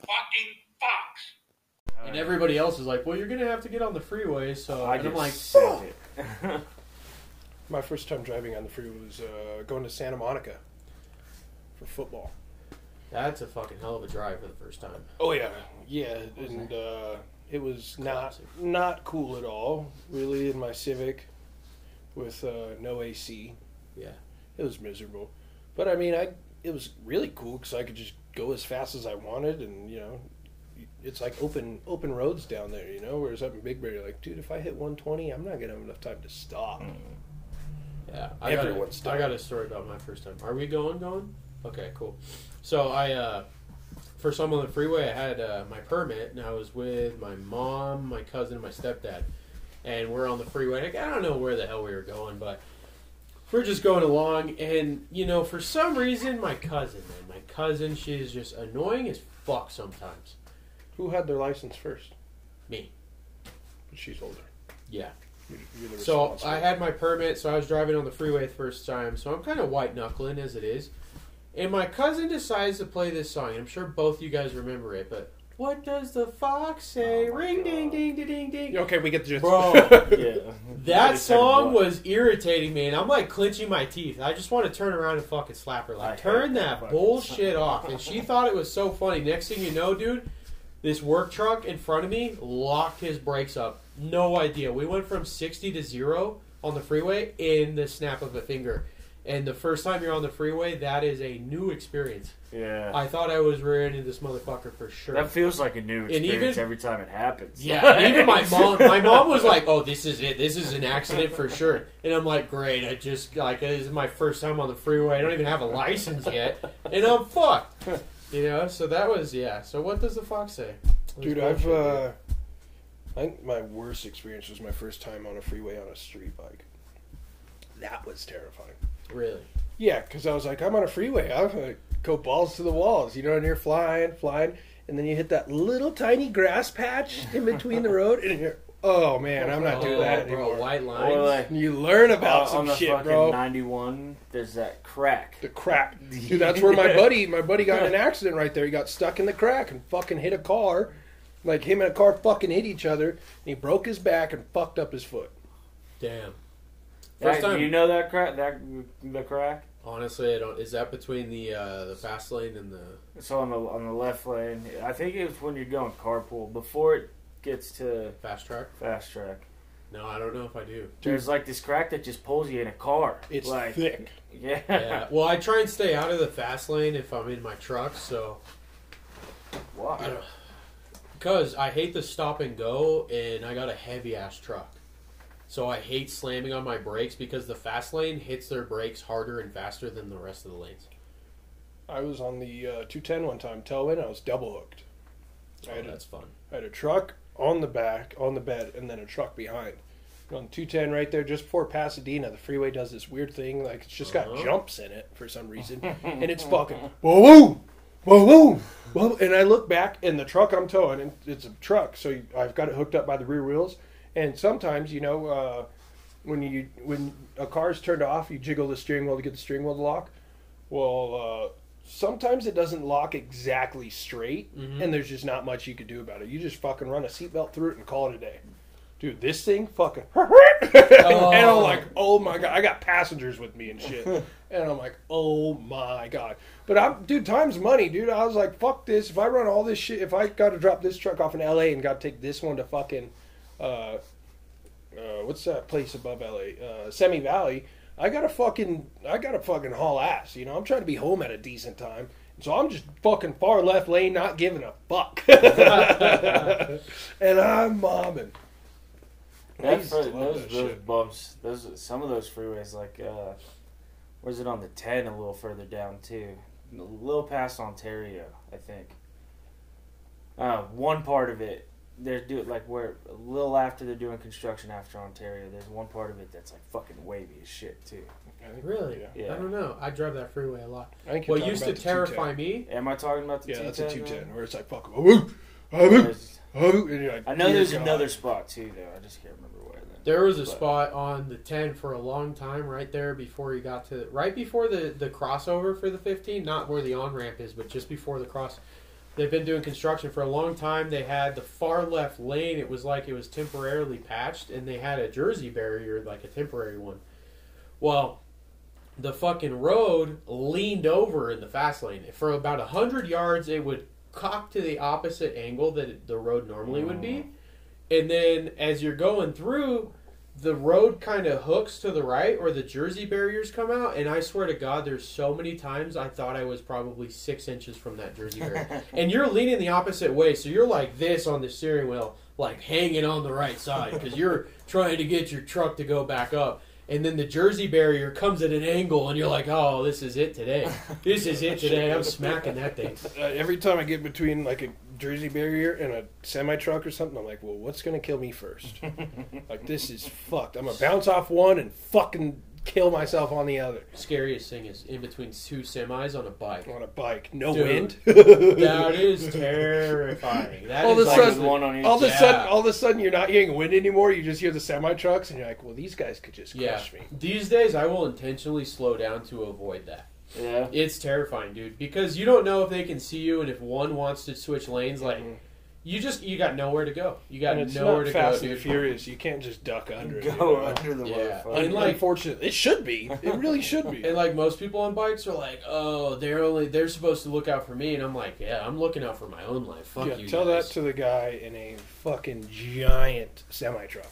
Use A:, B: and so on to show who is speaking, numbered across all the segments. A: fucking Fox.
B: And everybody else is like, well, you're going to have to get on the freeway. So
C: I
B: and I'm
C: get
B: like,
C: sick
B: "Fuck."
C: of it.
D: My first time driving on the freeway was uh, going to Santa Monica for football.
B: that's a fucking hell of a drive for the first time.
D: Oh yeah, yeah, and uh, it was not
B: Classic.
D: not cool at all, really, in my Civic with uh, no AC.
B: Yeah.
D: it was miserable, but I mean, I it was really cool because I could just go as fast as I wanted, and you know, it's like open open roads down there, you know. Whereas up in Big Bear, you're like, dude, if I hit 120, I'm not gonna have enough time to stop.
B: Mm. Yeah, I got,
D: Everyone's
B: a,
D: done
B: I
D: it.
B: got a story about my first time. Are we going? Going? Okay, cool. So I, uh, first time on the freeway, I had uh, my permit, and I was with my mom, my cousin, and my stepdad, and we're on the freeway. Like, I don't know where the hell we were going, but we're just going along, and you know, for some reason, my cousin, man, my cousin, she's just annoying as fuck sometimes.
D: Who had their license first?
B: Me.
D: But she's older.
B: Yeah.
D: You're, you're the
B: So
D: responsible.
B: I had my permit, so I was driving on the freeway the first time, so I'm kind of white knuckling as it is. And my cousin decides to play this song, and I'm sure both you guys remember it, but what does the fox say?
C: Oh my
B: Ring ding
C: God.
B: ding ding ding ding.
D: Okay, we get the gist.
B: Bro.
C: Yeah.
B: That
C: Every second
B: song
C: one.
B: was irritating me, and I'm like clenching my teeth. I just want to turn around and fucking slap her.
C: I
B: Like,
C: hate
B: turn
C: that
B: that
C: fucking
B: bullshit off. And she thought it was so funny. Next thing you know, dude, this work truck in front of me locked his brakes up. No idea. We went from 60 to zero on the freeway in the snap of a finger. And the first time you're on the freeway, that is a new experience.
C: Yeah.
B: I thought I was rearing into this motherfucker for sure.
C: that feels like a new
B: even-
C: experience every time it happens.
B: Yeah, and even my mom. My mom was like, "Oh, this is it. This is an accident for sure." And I'm like, "Great. I just like this is my first time on the freeway. I don't even have a license yet, and I'm fucked." You know. So that was yeah. So what does the fox say?
D: Dude,
B: It was
D: I've
B: bullshit,
D: uh, I think my worst experience was my first time on a freeway on a street bike. That was terrifying.
B: dude. really.
D: Yeah, because I was like, I'm on a freeway. I'm gonna go balls to the walls, you know, and you're flying, flying, and then you hit that little tiny grass patch in between the road, and you're, oh man, I'm not doing
B: Oh,
D: that
B: bro,
D: anymore.
B: White lines.
C: Or like
D: And you learn
C: uh,
D: about
C: on
D: some
C: the
D: shit,
C: fucking
D: bro.
C: 91, there's that crack.
D: The crack, dude. That's where my buddy, my buddy got in an accident right there. He got stuck in the crack and fucking hit a car. Like him and a car fucking hit each other, and he broke his back and fucked up his foot.
B: Damn.
C: That-
B: First time.
C: You know that crack? That the crack?
B: Honestly, I don't. Is that between the uh, the fast lane and the?
C: So on the on the left lane, I think it's when you're going carpool before it gets to
B: Fast track?
C: fast track.
B: No, I don't know if I do.
C: There's like this crack that just pulls you in a car.
D: It's
C: like
D: thick.
C: yeah.
B: Yeah. Well, I try and stay out of the fast lane if I'm in my truck. So I
C: Why?
B: don't- Because I hate the stop and go, and I got a heavy ass truck. So I hate slamming on my brakes because the fast lane hits their brakes harder and faster than the rest of the lanes.
D: I was on the uh, 210 one time, tailwind. I was double hooked. I
B: Oh,
D: had a
B: that's fun.
D: I had a truck on the back, on the bed, and then a truck behind. And on 210 right there, just before Pasadena, the freeway does this weird thing. Like, it's just
B: Uh-huh.
D: got jumps in it for some reason. and it's fucking, whoa, whoa, whoa, whoa. whoa. And I look back, and the truck I'm towing, and it's a truck, so you- I've got it hooked up by the rear wheels. And sometimes, you know, uh, when you when a car's turned off, you jiggle the steering wheel to get the steering wheel to lock. Well, uh, sometimes it doesn't lock exactly straight, and there's just not much you could do about it. You just fucking run a seatbelt through it and call it a day. Dude, this thing fucking. and I'm like, oh my god, I got passengers with me and shit. and I'm like, oh my god. But I'm, dude, time's money, dude. I was like, fuck this. If I run all this shit, if I got to drop this truck off in LA and got to take this one to fucking, uh, uh, what's that place above LA? Uh, Semi Valley. I gotta fucking, I gotta fucking haul ass. You know, I'm trying to be home at a decent time, so I'm just fucking far left lane, not giving a fuck. and I'm mobbing. I
C: That,
D: used to
C: those
D: love
C: those
D: that shit.
C: bumps, those some of those freeways, like uh, where's it on the ten? A little further down too, a little past Ontario, I think. Uh, one part of it, they're do like where a little after they're doing construction after Ontario. There's one part of it that's like fucking wavy as shit too.
B: Really?
C: Yeah.
B: I don't know. I drive that freeway a lot.
D: I think you're
B: What
D: talking
B: used to
D: about the
B: terrify me.
C: Am I talking about
D: 210.
C: the?
D: Yeah, that's a
C: 210
D: 210,
C: then?
D: where it's like, fuck, oh, woo, oh, woo,
C: There's-
D: oh, woo, and you're like,
C: I know
D: dear
C: there's
D: God.
C: another spot too, though. I just can't remember where. Then.
B: There was a
C: But-
B: spot on the 10 for a long time right there before you got to right before the the crossover for the 15, not where the on ramp is, but just before the cross. They've been doing construction for a long time. They had the far left lane. It was like it was temporarily patched, and they had a Jersey barrier, like a temporary one. Well, the fucking road leaned over in the fast lane for about a hundred yards. It would cock to the opposite angle that it- the road normally would be, and then as you're going through, the road kind of hooks to the right, or the Jersey barriers come out. And I swear to God, there's so many times I thought I was probably six inches from that Jersey barrier and you're leaning the opposite way, so you're like this on the steering wheel, like hanging on the right side because you're trying to get your truck to go back up. And then the Jersey barrier comes at an angle, and you're like, "Oh, this is it today. This is it today. I'm smacking that thing."
D: Uh, every time I get between like a Jersey barrier and a semi truck or something, I'm like, well, what's gonna kill me first? like this is fucked. I'm gonna bounce off one and fucking kill myself on the other
B: Scariest thing is in between two semis on a bike.
D: on a bike. No
B: Dude,
D: wind.
B: That is terrifying. That
D: All
B: is
D: of a
B: like-
D: sudden-
C: there's one on each
D: All of a
B: Yeah.
D: sudden, all of a sudden, you're not getting wind anymore. You just hear the semi trucks, and you're like, "Well, these guys could just
B: yeah.
D: crush me."
B: These days, I will intentionally slow down to avoid that.
C: Yeah.
B: It's terrifying, dude, because you don't know if they can see you, and if one wants to switch lanes, like
D: Mhm.
B: you just you got nowhere to go. You got
D: And it's
B: nowhere
D: not
B: to
D: fast
B: go,
D: and
B: dude.
D: furious. You can't just duck under it. you
C: Go
D: know?
C: under the
B: Yeah.
C: motherfucker.
B: And, like-
D: Unfortunately, it should be. It really should be.
B: And like most people on bikes are like, oh, they're only they're supposed to look out for me, and I'm like, yeah, I'm looking out for my own life. Fuck
D: yeah,
B: you.
D: tell
B: guys.
D: that to the guy in a fucking giant semi truck.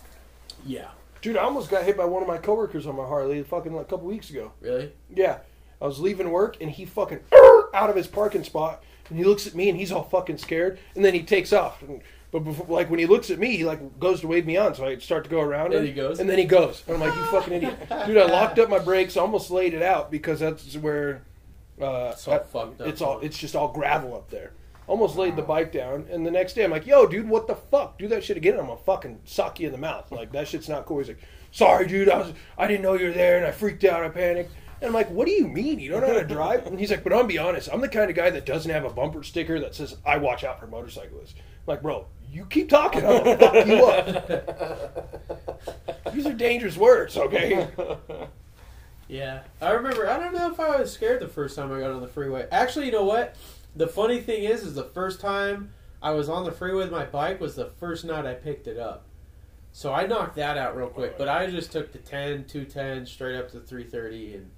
B: yeah,
D: Dude, I almost got hit by one of my coworkers on my Harley fucking like, a couple weeks ago.
B: really.
D: Yeah, I was leaving work and he fucking out of his parking spot and he looks at me and he's all fucking scared and then he takes off. And, but before, like when he looks at me, he like goes to wave me on, so I start to go around.
B: And
D: him,
B: he goes?
D: and then he goes. And I'm like, you fucking idiot, dude! I locked up my brakes, almost laid it out because that's where uh,
B: It's all
D: I-
B: fucked up,
D: It's all
B: huh?
D: it's just all gravel up there. Almost laid the bike down, and the next day I'm like, "Yo, dude, what the fuck? Do that shit again? I'm gonna fucking sock you in the mouth. Like that shit's not cool." He's like, "Sorry, dude, I was I didn't know you were there, and I freaked out, I panicked." And I'm like, "What do you mean? You don't know how to drive?" And he's like, "But I'm be honest, I'm the kind of guy that doesn't have a bumper sticker that says I watch out for motorcyclists." I'm like, bro, you keep talking, I'm gonna fuck you up. These are dangerous words, okay?
B: Yeah, I remember. I don't know if I was scared the first time I got on the freeway. Actually, you know what? The funny thing is, is the first time I was on the freeway with my bike was the first night I picked it up. So I knocked that out real quick. But I just took the 10, 210, straight up to 330, and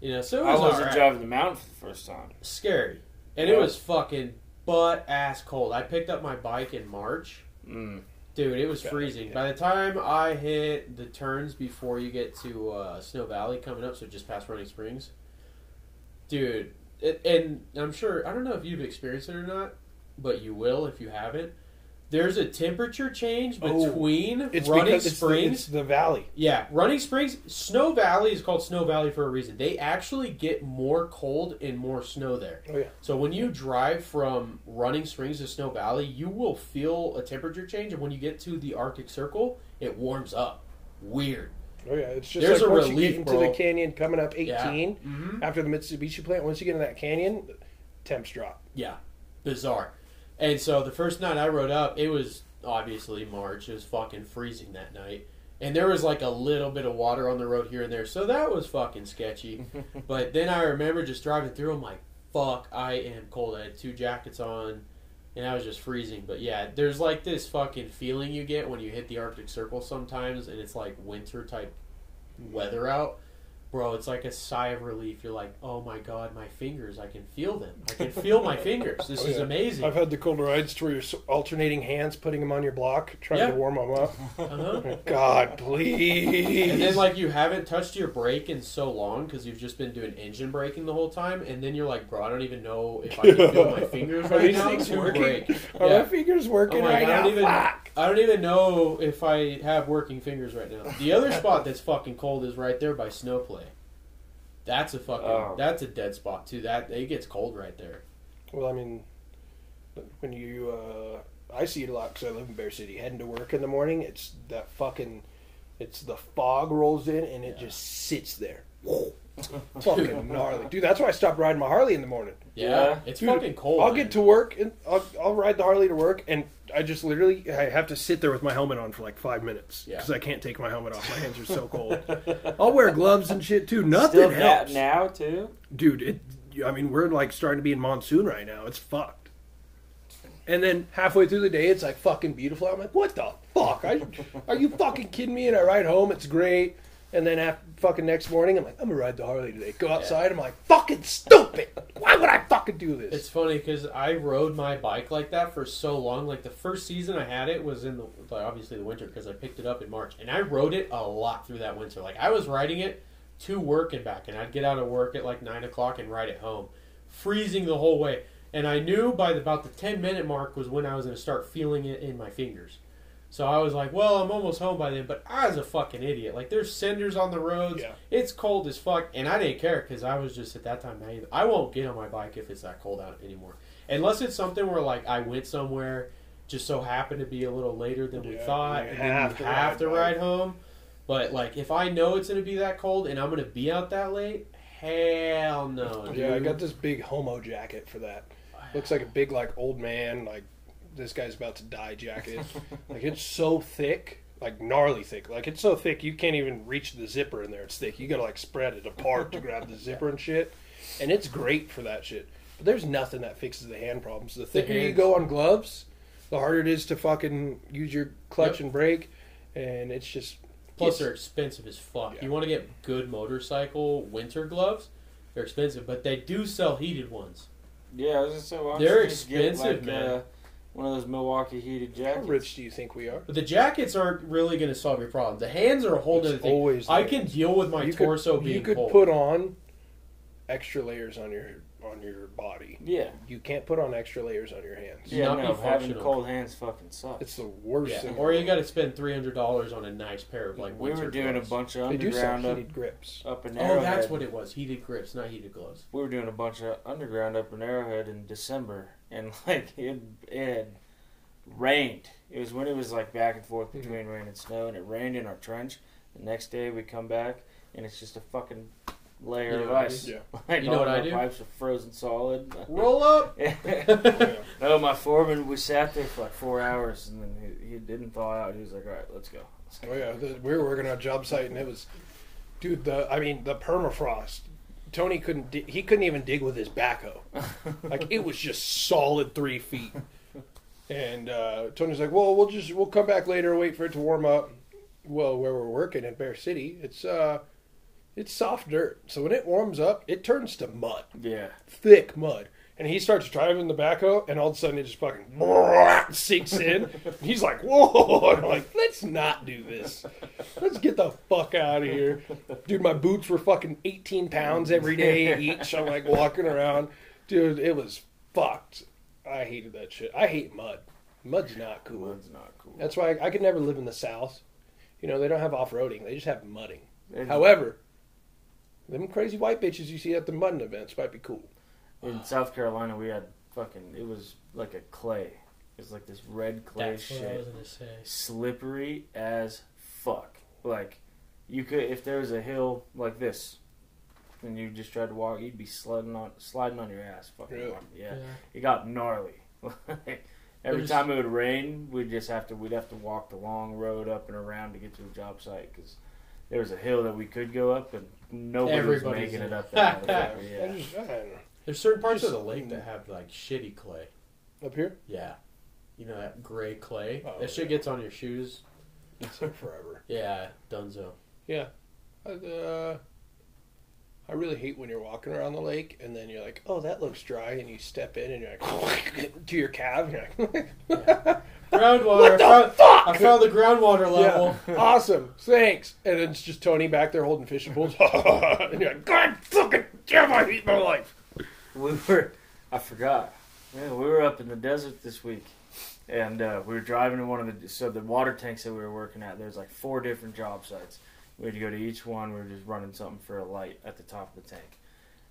B: you know, so it
C: I
B: was
C: wasn't
B: all right.
C: driving the mountain for the first time.
B: scary, and it
C: Yeah.
B: was fucking butt ass cold. I picked up my bike in March.
C: Mm.
B: Dude, it was
D: Yeah,
B: freezing.
D: yeah.
B: By the time I hit the turns before you get to uh, Snow Valley coming up, so just past Running Springs, dude, it, and I'm sure I don't know if you've experienced it or not, but you will if you haven't. There's a temperature change
D: Oh,
B: between
D: It's
B: Running
D: because it's the,
B: Springs.
D: it's the valley.
B: yeah, Running Springs, Snow Valley is called Snow Valley for a reason. They actually get more cold and more snow there.
D: Oh yeah.
B: So when you drive from Running Springs to Snow Valley, you will feel a temperature change, and when you get to the Arctic Circle, it warms up. Weird.
D: Oh yeah, it's just
B: There's
D: like
B: a
D: once you
B: relief,
D: get into
B: bro.
D: the canyon coming up 18
B: Yeah. Mm-hmm.
D: after the Mitsubishi plant. Once you get in that canyon, temps drop.
B: Yeah, bizarre. And so the first night I rode up, it was obviously March. It was fucking freezing that night, and there was like a little bit of water on the road here and there, so that was fucking sketchy. but then I remember just driving through. I'm like, fuck, I am cold. I had two jackets on. and I was just freezing. But yeah, there's like this fucking feeling you get when you hit the Arctic Circle sometimes, and it's like winter type weather out. Bro, it's like a sigh of relief. You're like, oh my god, my fingers! I can feel them. I can feel my fingers. This
D: Oh,
B: is
D: yeah.
B: amazing.
D: I've had the cold rides to where you're s- alternating hands, putting them on your block, trying
B: Yeah.
D: to warm them up.
B: Uh-huh.
D: God, please.
B: And then like you haven't touched your brake in so long because you've just been doing engine braking the whole time, and then you're like, bro, I don't even know if I can feel my fingers
D: Are
B: right
D: these
B: now
D: things
B: to
D: working?
B: brake.
D: Are
B: Yeah.
D: my fingers working
B: Oh my
D: right
B: God, I
D: now?
B: don't even-
D: Fuck.
B: I don't even know if I have working fingers right now. The other spot that's fucking cold is right there by Snowplay. That's a fucking
C: Oh.
B: that's a dead spot too. That it gets cold right there.
D: Well, I mean, when you, uh, I see it a lot because I live in Bear City. Heading to work in the morning, it's that fucking, it's the fog rolls in and it
B: Yeah.
D: just sits there. fucking gnarly, dude. That's why I stopped riding my Harley in the morning.
B: Yeah,
C: Yeah.
B: it's
D: Dude,
B: fucking cold.
D: I'll
B: man.
D: get to work and I'll, I'll ride the Harley to work, and I just literally I have to sit there with my helmet on for like five minutes
B: Yeah.
D: because I can't take my helmet off. My hands are so cold. I'll wear gloves and shit too. Nothing
C: Still that
D: helps,
C: now too.
D: dude. It, I mean, we're like starting to be in monsoon right now. It's fucked. And then halfway through the day, it's like fucking beautiful. I'm like, what the fuck? I, are you fucking kidding me? And I ride home, it's great. And then after, fucking next morning, I'm like, I'm gonna ride the Harley today. Go outside, I'm like, fucking stupid. Why would I fucking do this?
B: It's funny because I rode my bike like that for so long. Like the first season I had it was in the like, obviously the winter because I picked it up in March, and I rode it a lot through that winter. Like I was riding it to work and back, and I'd get out of work at like nine o'clock and ride it home, freezing the whole way. And I knew by the, about the ten minute mark was when I was going to start feeling it in my fingers. So I was like, well, I'm almost home by then, but I was a fucking idiot. Like, there's cinders on the roads.
D: Yeah.
B: It's cold as fuck. And I didn't care because I was just at that time naive. I won't get on my bike if it's that cold out anymore. Unless it's something where, like, I went somewhere, just so happened to be a little later than we
D: Yeah,
B: thought,
D: you
B: and then
D: have
B: you
D: to
B: have
D: ride
B: to
D: bike.
B: ride home. But, like, if I know it's going to be that cold and I'm going to be out that late, hell no. Dude.
D: Yeah, I got this big homo jacket for that. Looks like a big like old man like this guy's about to die jacket. like it's so thick, like gnarly thick. Like it's so thick you can't even reach the zipper in there. It's thick. You gotta like spread it apart to grab the zipper and shit. And it's great for that shit. But there's nothing that fixes the hand problems. The thicker you
B: hands.
D: go on gloves, the harder it is to fucking use your clutch
B: Yep.
D: and brake. And it's just
B: Plus,
D: it's-
B: they're expensive as fuck.
D: Yeah.
B: You want to get good motorcycle winter gloves? They're expensive, but they do sell heated ones.
C: Yeah, I was just so
B: They're expensive, man.
C: Uh, one of those Milwaukee heated
D: how
C: jackets.
D: rich do you think we are?
B: But the jackets aren't really going to solve your problem. The hands are a whole
D: It's
B: other thing.
D: always
B: I
D: there.
B: can deal with my
D: Oh, you
B: torso
D: could,
B: being
D: you could
B: cold.
D: put on extra layers on your on your body.
C: Yeah,
D: You can't put on extra layers on your hands.
B: Yeah.
C: yeah.
B: not be
C: No, having
B: functional.
C: cold hands fucking sucks.
D: It's the worst
B: yeah.
D: thing.
B: Or you got to spend three hundred dollars on a nice pair of like
C: we
B: winter
C: were doing a
B: gloves.
C: bunch of
D: they do sell
C: underground uh, up,
D: heated grips.
C: up in
B: Oh,
C: Arrowhead.
B: that's what it was. Heated grips, not heated gloves.
C: we were doing a bunch of underground up in Arrowhead in December, and like it, it rained. It was when it was like back and
B: Mm-hmm.
C: forth between rain and snow, and it rained in our trench. The next day we come back, and it's just a fucking layer
B: You know
C: of
B: what I
C: ice.
D: mean?
C: Like,
B: You know
C: all
B: what
C: of
B: I
C: our
B: do?
C: Pipes are frozen solid.
B: Roll up.
D: Yeah.
C: no, my foreman. We sat there for like four hours, and then he, he didn't thaw out. He was like, "All right, let's go." Let's go.
D: Oh yeah, the, we were working on a job site and it was, dude. The I mean the permafrost. Tony couldn't. Di- he couldn't even dig with his backhoe. Like it was just solid three feet. And uh, Tony's like, "Well, we'll just we'll come back later. Wait for it to warm up." Well, where we're working at Bear City, it's uh, it's soft dirt. So when it warms up, it turns to mud,
C: Yeah.
D: thick mud. And he starts driving the backhoe, and all of a sudden it just fucking sinks in. And he's like, "Whoa!" And I'm like, "Let's not do this. Let's get the fuck out of here, dude." My boots were fucking 18 pounds every day each. I'm like walking around, dude. It was fucked. I hated that shit. I hate mud. Mud's not cool.
C: Mud's not cool.
D: That's why I, I could never live in the South. You know, they don't have off roading, they just have mudding.
C: And-
D: However, them crazy white bitches you see at the mudding events might be cool.
C: In South Carolina, we had fucking. It was like a clay. It was like this red clay
B: That's what I was
C: shit,
B: gonna say.
C: slippery as fuck. Like you could, if there was a hill like this, and you just tried to walk, you'd be sliding on, sliding on your ass. Fucking
D: Really?
C: walking. yeah.
B: Yeah.
C: It got gnarly. Every
B: There's-
C: time it would rain, we'd just have to we'd have to walk the long road up and around to get to a job site because there was a hill that we could go up, and nobody was
B: Everybody's
C: making
B: in.
C: it up. That motherfucker,
D: I
C: yeah.
D: just- I don't know.
B: There's certain parts of the
D: Just-
B: lake that have like shitty clay.
D: Up here?
B: Yeah. You know that gray clay.
D: Oh,
B: that shit
D: yeah.
B: gets on your shoes.
D: It's like forever.
B: Yeah, Dunzo.
D: Uh, I really hate when you're walking around the lake and then you're like, oh, that looks dry. And you step in and you're like, to your calf. And you're like,
B: Groundwater.
D: What the
B: I found-
D: fuck?
B: I found the groundwater level.
D: Yeah. awesome. Thanks. And then it's just Tony back there holding fishing poles. and you're like, God fucking damn, I hate my life.
C: we were i forgot yeah we were up in the desert this week and uh, we were driving to one of the so the water tanks that we were working at there's like four different job sites we had to go to each one we were just running something for a light at the top of the tank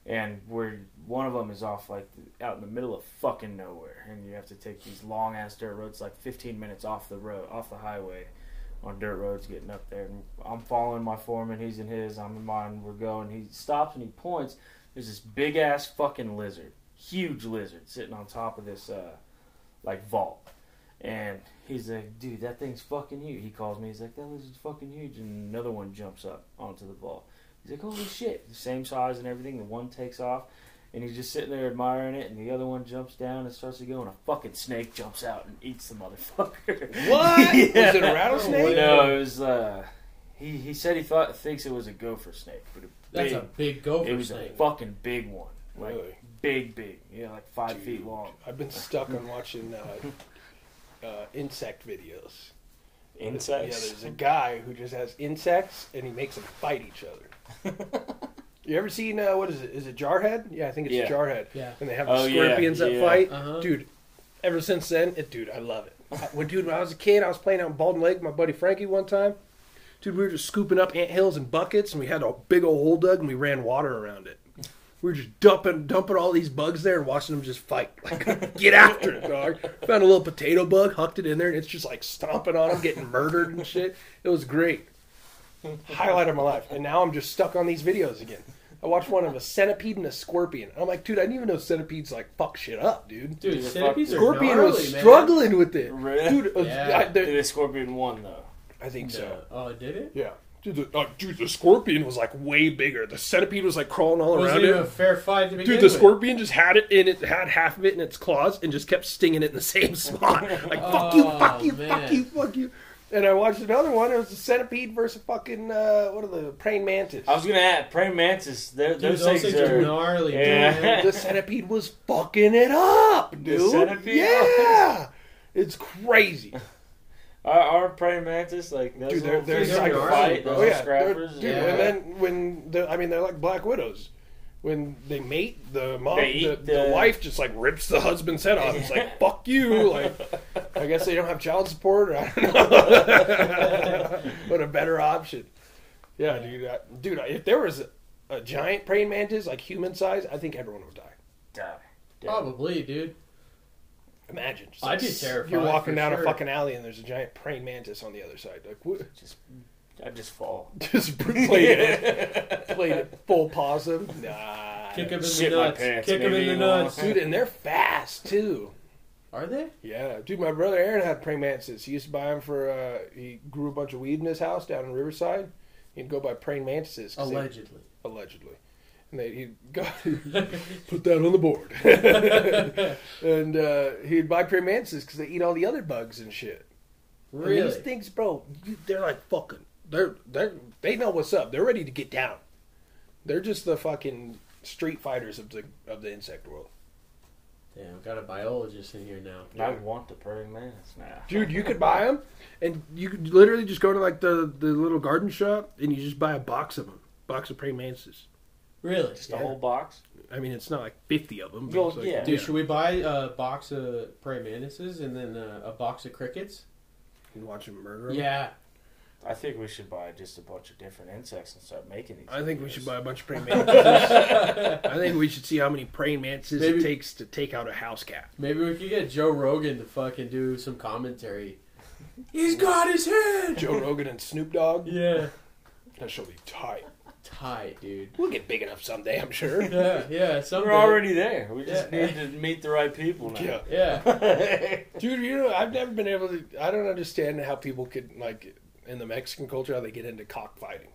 C: and we're one of them is off like out in the middle of fucking nowhere and you have to take these long ass dirt roads like 15 minutes off the road off the highway on dirt roads getting up there and i'm following my foreman he's in his i'm in mine we're going he stops and he points there's this big ass fucking lizard, huge lizard, sitting on top of this uh, like vault. And he's like, dude, that thing's fucking huge. He calls me. He's like, that lizard's fucking huge. And another one jumps up onto the vault. He's like, holy shit, the same size and everything. The one takes off, and he's just sitting there admiring it, and the other one jumps down and starts to go, and a fucking snake jumps out and eats the motherfucker.
D: What?
C: Yeah.
D: Is it a rattlesnake?
C: No, it was. Uh, he he said he thought thinks it was a gopher snake, but a
B: That's
C: big,
B: a big gopher
C: it was
B: snake.
C: a fucking big one, like
D: Really?
C: big, big, yeah, like five feet long.
D: I've been stuck on watching uh, uh, insect videos. Yeah,
A: Insects.
D: there's a guy who just has insects and he makes them fight each other. you ever seen uh, what is it? Is it Jarhead? Yeah, I think it's
C: Yeah.
D: Jarhead.
B: Yeah.
D: And they have
C: Oh,
D: the
C: yeah,
D: scorpions that
C: yeah.
D: fight,
B: Uh-huh.
D: dude. Ever since then, it, dude, I love it. I- when dude, when I was a kid, I was playing out in Baldwin Lake. with My buddy Frankie one time, dude, we were just scooping up ant hills in buckets, and we had a big old hole dug, and we ran water around it. We were just dumping dumping all these bugs there and watching them just fight. Like, get after it, dog. Found a little potato bug, hucked it in there, and it's just like stomping on them, getting murdered and shit. It was great. Highlight of my life. And now I'm just stuck on these videos again. I watched one of a centipede and a scorpion. I'm like, dude, I didn't even know centipedes like fuck shit up, dude.
B: Dude,
C: Dude,
B: centipedes
C: fuck-
B: are
D: Scorpion
B: gnarly,
D: was
B: man.
D: struggling with it.
C: Really?
D: Dude, uh,
B: Yeah.
D: I, the-
C: The scorpion won though.
D: I think so.
B: Yeah. Oh, did it?
D: Yeah. Dude the, uh, dude, the scorpion was like way bigger. The centipede was like crawling all
B: Was
D: around
B: it a
D: it.
B: fair fight to begin
D: Dude, the
B: with?
D: scorpion just had it in it, had half of it in its claws, and just kept stinging it in the same spot. Like fuck you,
B: Oh,
D: fuck you, fuck
B: man.
D: you, fuck you. And I watched another one. It was a centipede versus fucking uh, what are the praying mantis?
C: I was gonna add praying mantis. They're,
B: Dude,
C: those things are.
B: gnarly.
C: Yeah.
B: man.
D: the centipede was fucking it up, dude.
C: centipede?
D: Yeah, it's crazy.
C: Our, our praying mantis, like those
D: Dude, they're-
C: little
D: they're
C: things that
B: psychotic,
C: fight,
B: bro.
C: those
B: Oh, yeah,
D: they're-
C: scrappers,
D: dude,
B: yeah.
D: And then when the, I mean, they're like black widows. When they mate, the mom,
C: They
D: the,
C: eat
D: the
C: the-
D: wife just like rips the husband's head off. It's like fuck you. Like, I guess they don't have child support. Or I don't know. what a better option. Yeah, dude. I, dude, I- if there was a, a giant praying mantis, like human size, I think everyone would die.
C: die.
B: Probably, dude.
D: Imagine. Just,
B: I'd be
D: s-
B: terrified,
D: You're walking
B: for
D: down a
B: sure.
D: fucking alley and there's a giant praying mantis on the other side. Like, what?
C: I just fall.
D: Just played it. Played it full possum. Nah.
B: Kick him in the
C: Shit my
B: nuts.
C: pants,
B: Kick him in
C: maybe.
B: the nuts.
D: Dude, and they're fast, too.
B: Are they?
D: Yeah. Dude, my brother Aaron had praying mantises. He used to buy them for, uh, he grew a bunch of weed in his house down in Riverside. He'd go buy praying mantises. 'cause they-
B: Allegedly.
D: allegedly. And they, he'd go, put that on the board. and uh, he'd buy praying mantises because they eat all the other bugs and shit. And
B: Really?
D: these things, bro, you- they're like fucking. They're they are they know what's up. They're ready to get down. They're just the fucking street fighters of the of the insect world.
B: Damn, got a biologist in here now.
C: I want the praying mantis now.
D: Dude, you could buy them, and you could literally just go to like the the little garden shop and you just buy a box of them, box of praying mantises.
B: Really?
C: Just the whole box.
D: I mean, it's not like fifty of them.
C: Well,
D: it's like,
C: yeah.
B: Dude, should we buy a box of praying mantises and then uh, a box of crickets?
D: and watch them murder 'em.
B: Yeah.
C: I think we should buy just a bunch of different insects and start making these.
D: I think we
C: videos.
D: should buy a bunch of praying mantises. I think we should see how many praying mantises
B: Maybe-
D: it takes to take out a house cat.
B: Maybe we could get Joe Rogan to fucking do some commentary. He's got his head.
D: Joe Rogan and Snoop Dogg.
B: Yeah.
D: That should be tight.
B: Tight, dude.
D: We'll get big enough someday, I'm sure.
B: Yeah, yeah. Some
C: We're already there. We just
B: Yeah.
C: need to meet the right people now.
D: Yeah,
B: Yeah.
D: dude. You know, I've never been able to. I don't understand how people could like in the Mexican culture how they get into cockfighting.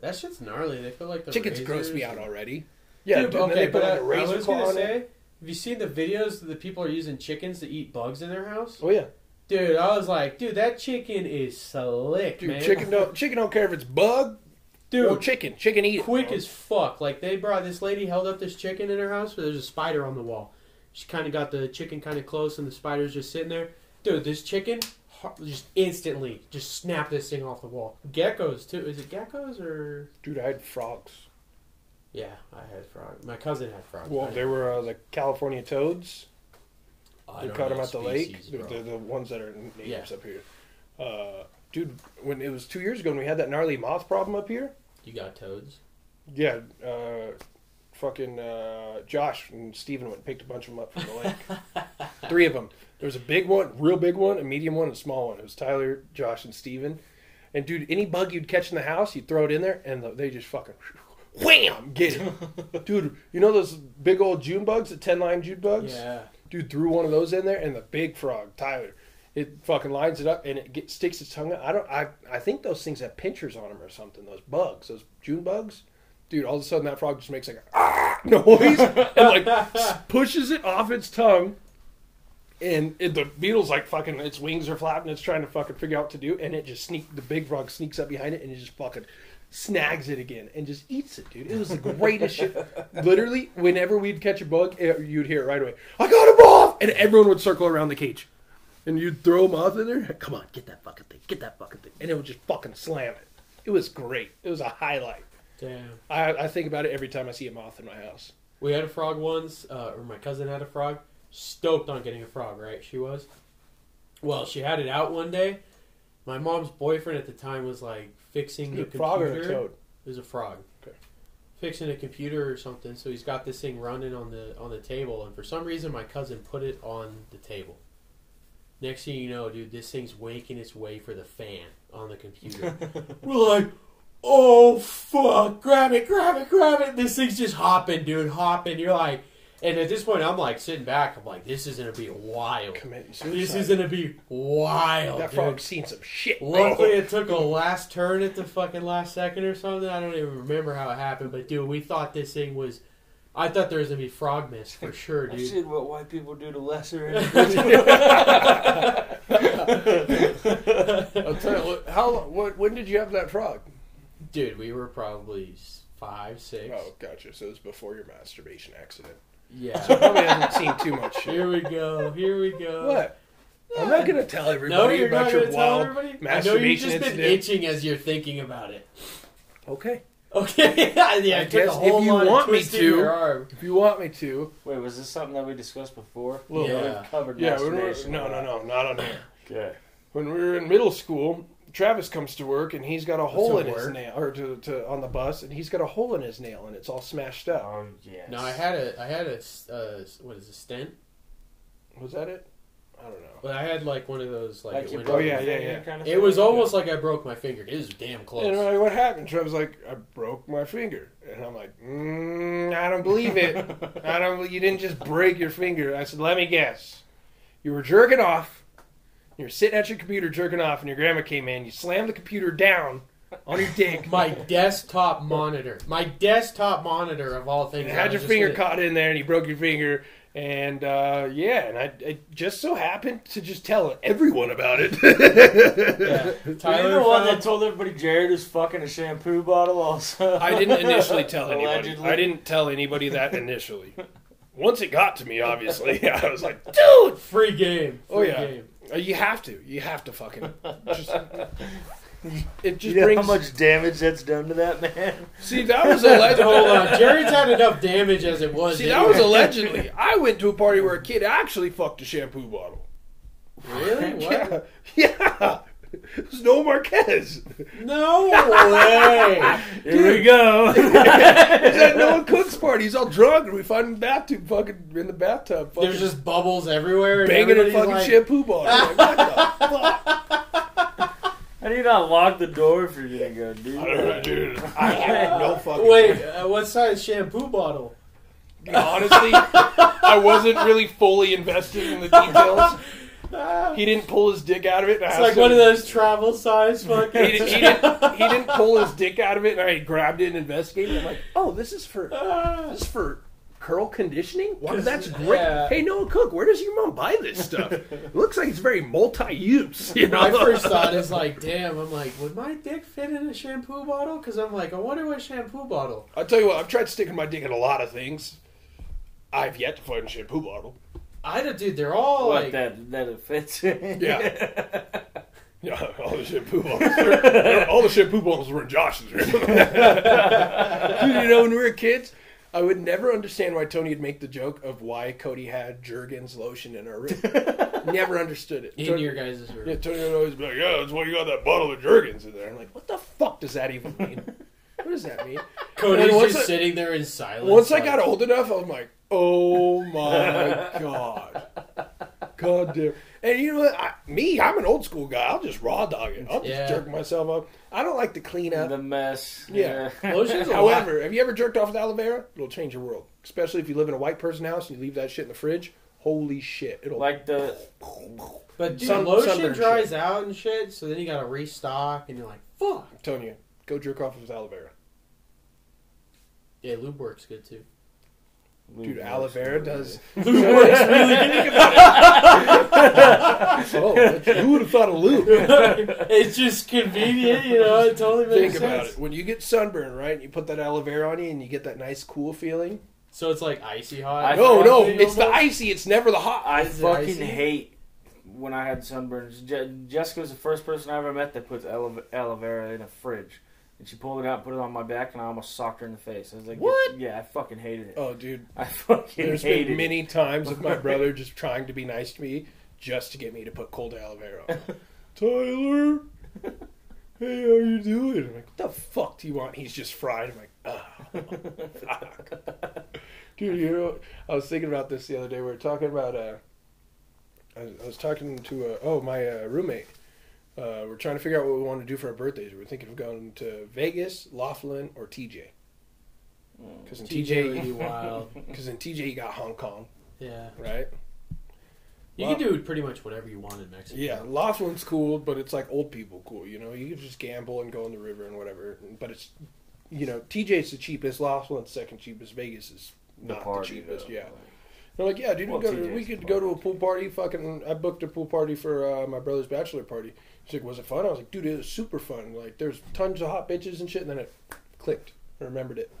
B: That shit's gnarly. They put like the
D: Chickens
B: razors
D: gross me
B: and-
D: out already. Yeah,
B: Dude,
D: dude, and
B: okay,
D: then they put
B: but
D: like a
B: uh, I
D: razor
B: was gonna
D: claw on
B: say,
D: it.
B: have you seen the videos that the people are using chickens to eat bugs in their house?
D: Oh yeah,
B: Dude, I was like, dude, that chicken is slick,
D: dude.
B: man.
D: Chicken don't chicken don't care if it's bug or
B: dude,
D: chicken. Chicken eat it,
B: quick
D: bro.
B: as fuck. Like they brought this lady held up this chicken in her house, but there's a spider on the wall. She kind of got the chicken kind of close, and the spider's just sitting there. Dude, this chicken har- just instantly just snapped this thing off the wall. Geckos too. Is it geckos or?
D: dude. I had frogs.
B: Yeah, I had frogs. My cousin had frogs.
D: Well,
B: I-
D: they were uh, the California toads.
B: I
D: They
B: don't
D: caught
B: know
D: them at the lake.
B: species,
D: They're,
B: bro.
D: they're the ones that are natives
B: Yeah.
D: up here. Uh, dude, when it was two years ago when we had that gnarly moth problem up here,
B: You got toads.
D: Yeah, uh, fucking uh, Josh and Steven went and picked a bunch of them up from the lake. Three of them. There was a big one, real big one, a medium one, and a small one. It was Tyler, Josh, and Steven. And dude, any bug you'd catch in the house, you'd throw it in there, and they just fucking wham, get it. dude, you know those big old June bugs, the 10 line June bugs?
B: Yeah.
D: Dude threw one of those in there, and the big frog, Tyler, it fucking lines it up and it get, sticks its tongue out. I don't. I I think those things have pinchers on them or something. Those bugs, those June bugs, dude, all of a sudden that frog just makes like a ah noise and like s- pushes it off its tongue. And it, the beetle's like fucking, its wings are flapping, it's trying to fucking figure out what to do. And it just sneak, the big frog sneaks up behind it and it just fucking snags it again and just eats it, dude. It was the greatest shit. Literally, whenever we'd catch a bug, it, you'd hear it right away. I got him off! And everyone would circle around the cage. And you'd throw him off in there. Come on, get that fucking thing, get that fucking thing. And it would just fucking slam it. It was great. It was a highlight.
B: Damn.
D: I, I think about it every time I see a moth in my house.
B: We had a frog once, uh, or my cousin had a frog. Stoked on getting a frog, right? She was. Well, she had it out one day. My mom's boyfriend at the time was like fixing the
D: A
B: computer.
D: frog or a toad?
B: It was a frog.
D: Okay.
B: Fixing a computer or something, so he's got this thing running on the on the table, and for some reason my cousin put it on the table. Next thing you know, dude, this thing's waking its way for the fan on the computer. We're like, oh fuck, grab it, grab it, grab it. This thing's just hopping, dude, hopping. You're like, and at this point, I'm like sitting back. I'm like, this is gonna be wild.
D: Committing suicide.
B: This is gonna be wild.
D: that
B: Oh, dude.
D: frog's seen some shit. bro.
B: Luckily, it took a last turn at the fucking last second or something. I don't even remember how it happened, but dude, we thought this thing was. I thought there was gonna be frog mist for sure,
C: That's
B: dude.
C: shit what white people do to lesser.
D: I'll tell you, what- how, what, when did you have that frog?
B: Dude, we were probably s- five, six.
D: Oh, gotcha. So it was before your masturbation accident.
B: Yeah.
D: Probably hasn't seen too much shit.
B: here we go. Here we go.
D: What? uh, I'm not gonna tell everybody
B: No, you're
D: about
B: not
D: your
B: gonna tell
D: wild
B: everybody. I know you've
D: masturbation
B: just been
D: incident.
B: itching as you're thinking about it.
D: Okay,
B: Okay. yeah,
D: I
B: I took
D: guess
B: a
D: if
B: whole
D: you
B: lot of
D: want me
B: twisting
D: to-
B: your arm.
D: if you want me to.
C: Wait, was this something that we discussed before?
D: Well,
B: Yeah.
C: We've covered
D: Yeah, when we were,
C: masturbation.
D: no, no, no, not on air.
C: Okay.
D: When we were in middle school, Travis comes to work and he's got a hole
B: To
D: in his
B: work.
D: nail, or to, to on the bus, and he's got a hole in his nail, and it's all smashed up.
C: Oh yes.
B: No, I had a, I had a, s- uh, s- what is it, stent?
D: Was that it? I don't know.
B: But I had like one of those, like, it
C: you
B: went
C: broke
D: Oh, yeah,
C: your
D: yeah,
C: finger
D: yeah.
C: Kind of
B: It
C: thing?
B: was almost like I broke my finger. It was damn
D: And I'm
B: close.
D: like, what happened? Trevor's like, I broke my finger. And I'm like, mm, I don't believe it. I don't. You didn't just break your finger. I said, let me guess. You were jerking off. You were sitting at your computer jerking off, and your grandma came in. You slammed the computer down on your dick.
B: My desktop monitor. My desktop monitor of all things.
D: and
B: I
D: had
B: was
D: your
B: just
D: finger
B: gonna-
D: caught in there, and you broke your finger. And uh, yeah, and I, I just so happened to just tell everyone about it.
B: Yeah.
C: Tyler
B: Tyler
C: you the one that
B: found-
C: told everybody Jared was fucking a shampoo bottle also.
D: I didn't initially tell anybody.
C: Allegedly.
D: I didn't tell anybody that initially. Once it got to me, obviously, I was like, dude,
B: free game.
D: Oh,
B: Free
D: yeah.
B: game.
D: you have to, you have to fucking. Just, it
C: You
D: just
C: know
D: brings.
C: how much damage that's done to that man?
D: See, that was allegedly.
B: Hold on. Jerry's had enough damage as it was.
D: See, that was
B: anyway.
D: allegedly. I went to a party where a kid actually fucked a shampoo bottle.
B: really what?
D: Yeah, yeah. It was Noel Marquez.
B: No way.
C: Here we go.
D: It was at Noah Cook's party. He's all drunk, and we find him in the bathtub, fucking in the bathtub, fucking
B: There's just bubbles everywhere. And
D: banging a
B: everybody's
D: fucking
B: like,
D: shampoo bottle. I'm Like, what the
C: How do you not lock the door if you're gonna go, dude?
D: dude. I had no fucking.
B: Wait, uh, what size shampoo bottle?
D: honestly, I wasn't really fully invested in the details. He didn't pull his dick out of it. and I
B: It's
D: asked
B: like one
D: him-
B: of those travel size fucking.
D: He didn't, he, didn't, he didn't pull his dick out of it, and I grabbed it and investigated. it. I'm like, oh, this is for
B: Ah.
D: this is for curl conditioning. Wow,
B: Cause-
D: that's great.
B: yeah.
D: Hey, Noah Cook, where does your mom buy this stuff? it looks like it's very multi-use. You know,
B: My first thought is like, damn. I'm like, would my dick fit in a shampoo bottle? Because I'm like, I wonder what shampoo bottle.
D: I'll tell you what, I've tried sticking my dick in a lot of things. I've yet to find a shampoo bottle.
B: I don't, dude. They're all
C: What
B: like,
C: that that offends you?
D: Yeah. Yeah, all the shampoo bottles. were- all the shampoo bottles were in Josh's room. Dude, you know, when we were kids, I would never understand why Tony would make the joke of why Cody had Jergens lotion in her room. never understood it.
B: in
D: Tony,
B: your guys'
D: yeah,
B: room.
D: Tony would always be like, "Yeah, that's why you got that bottle of Jergens in there." I'm like, "What the fuck does that even mean? what does that mean?"
B: Cody's
D: And once
B: just
D: I-
B: sitting there in silence.
D: Once I
B: like,
D: got old enough, I'm like, oh my god, god damn. And you know what? I, me, I'm an old school guy. I'll just raw dog it. I'll just
B: Yeah.
D: jerk myself up. I don't like to clean up.
C: The mess.
D: Yeah.
B: Lotion's a lot.
D: However, have you ever jerked off with aloe vera? It'll change your world, especially if you live in a white person house and you leave that shit in the fridge. Holy shit! It'll
C: Like the
B: But dude,
D: sun-
B: lotion
D: sunburn
B: dries out and shit, so then you gotta restock, and you're like, fuck.
D: I'm telling you, go jerk off with aloe vera.
B: Yeah, lube works good too.
D: Dude, aloe vera does.
B: Lube works really good.
D: Oh, that's- who would have thought of lube?
B: it's just convenient, you know. It totally makes
D: Think
B: sense.
D: about it. When you get sunburn, right, and you put that aloe vera on you, and you get that nice cool feeling.
B: So it's like icy
C: I
B: hot.
D: No,
C: thought
D: no,
C: it
D: it's the icy. It's never the hot.
C: I
B: Is it
C: fucking
B: icy?
C: hate when I had sunburns. Je- Jessica's the first person I ever met that puts aloe, aloe vera in a fridge. And she pulled it out, put it on my back, and I almost socked her in the face. I was like,
D: What?
C: Yeah, I fucking hated it.
D: Oh, dude,
C: I fucking
D: there's
C: hated
D: been
C: it.
D: many times of my brother just trying to be nice to me, just to get me to put cold aloe vera. on. Tyler, hey, how you doing? I'm like, what the fuck do you want? He's just fried. I'm like, ah, fuck. dude. You know, I was thinking about this the other day. We were talking about. Uh, I, was- I was talking to uh, oh my uh, roommate. Uh, we're trying to figure out what we want to do for our birthdays. We're thinking of going to Vegas, Laughlin, or TJ. Because in
B: TJ would
D: TJ,
B: be E wild.
D: because in TJ you got Hong Kong,
B: Yeah,
D: right?
B: you can do pretty much whatever you want in Mexico.
D: Yeah, Laughlin's cool, but it's like old people cool. You know, you can just gamble and go in the river and whatever. But it's, you know, TJ's the cheapest. Laughlin's second cheapest. Vegas is not the,
C: party,
D: cheapest.
C: though.
D: Yeah. They're like, yeah, dude,
C: Well,
D: we, go to,
C: TJ's
D: we could
C: the
D: go to a
C: party.
D: pool party. Fucking, I booked a pool party for uh, my brother's bachelor party. He's like, was it fun? I was like, dude, it was super fun. Like, there's tons of hot bitches and shit. And then it clicked. I remembered it.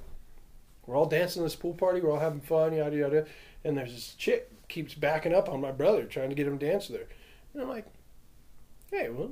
D: We're all dancing in this pool party. We're all having fun, yada yada. And there's this chick keeps backing up on my brother, trying to get him to dance with her. And I'm like, hey, well,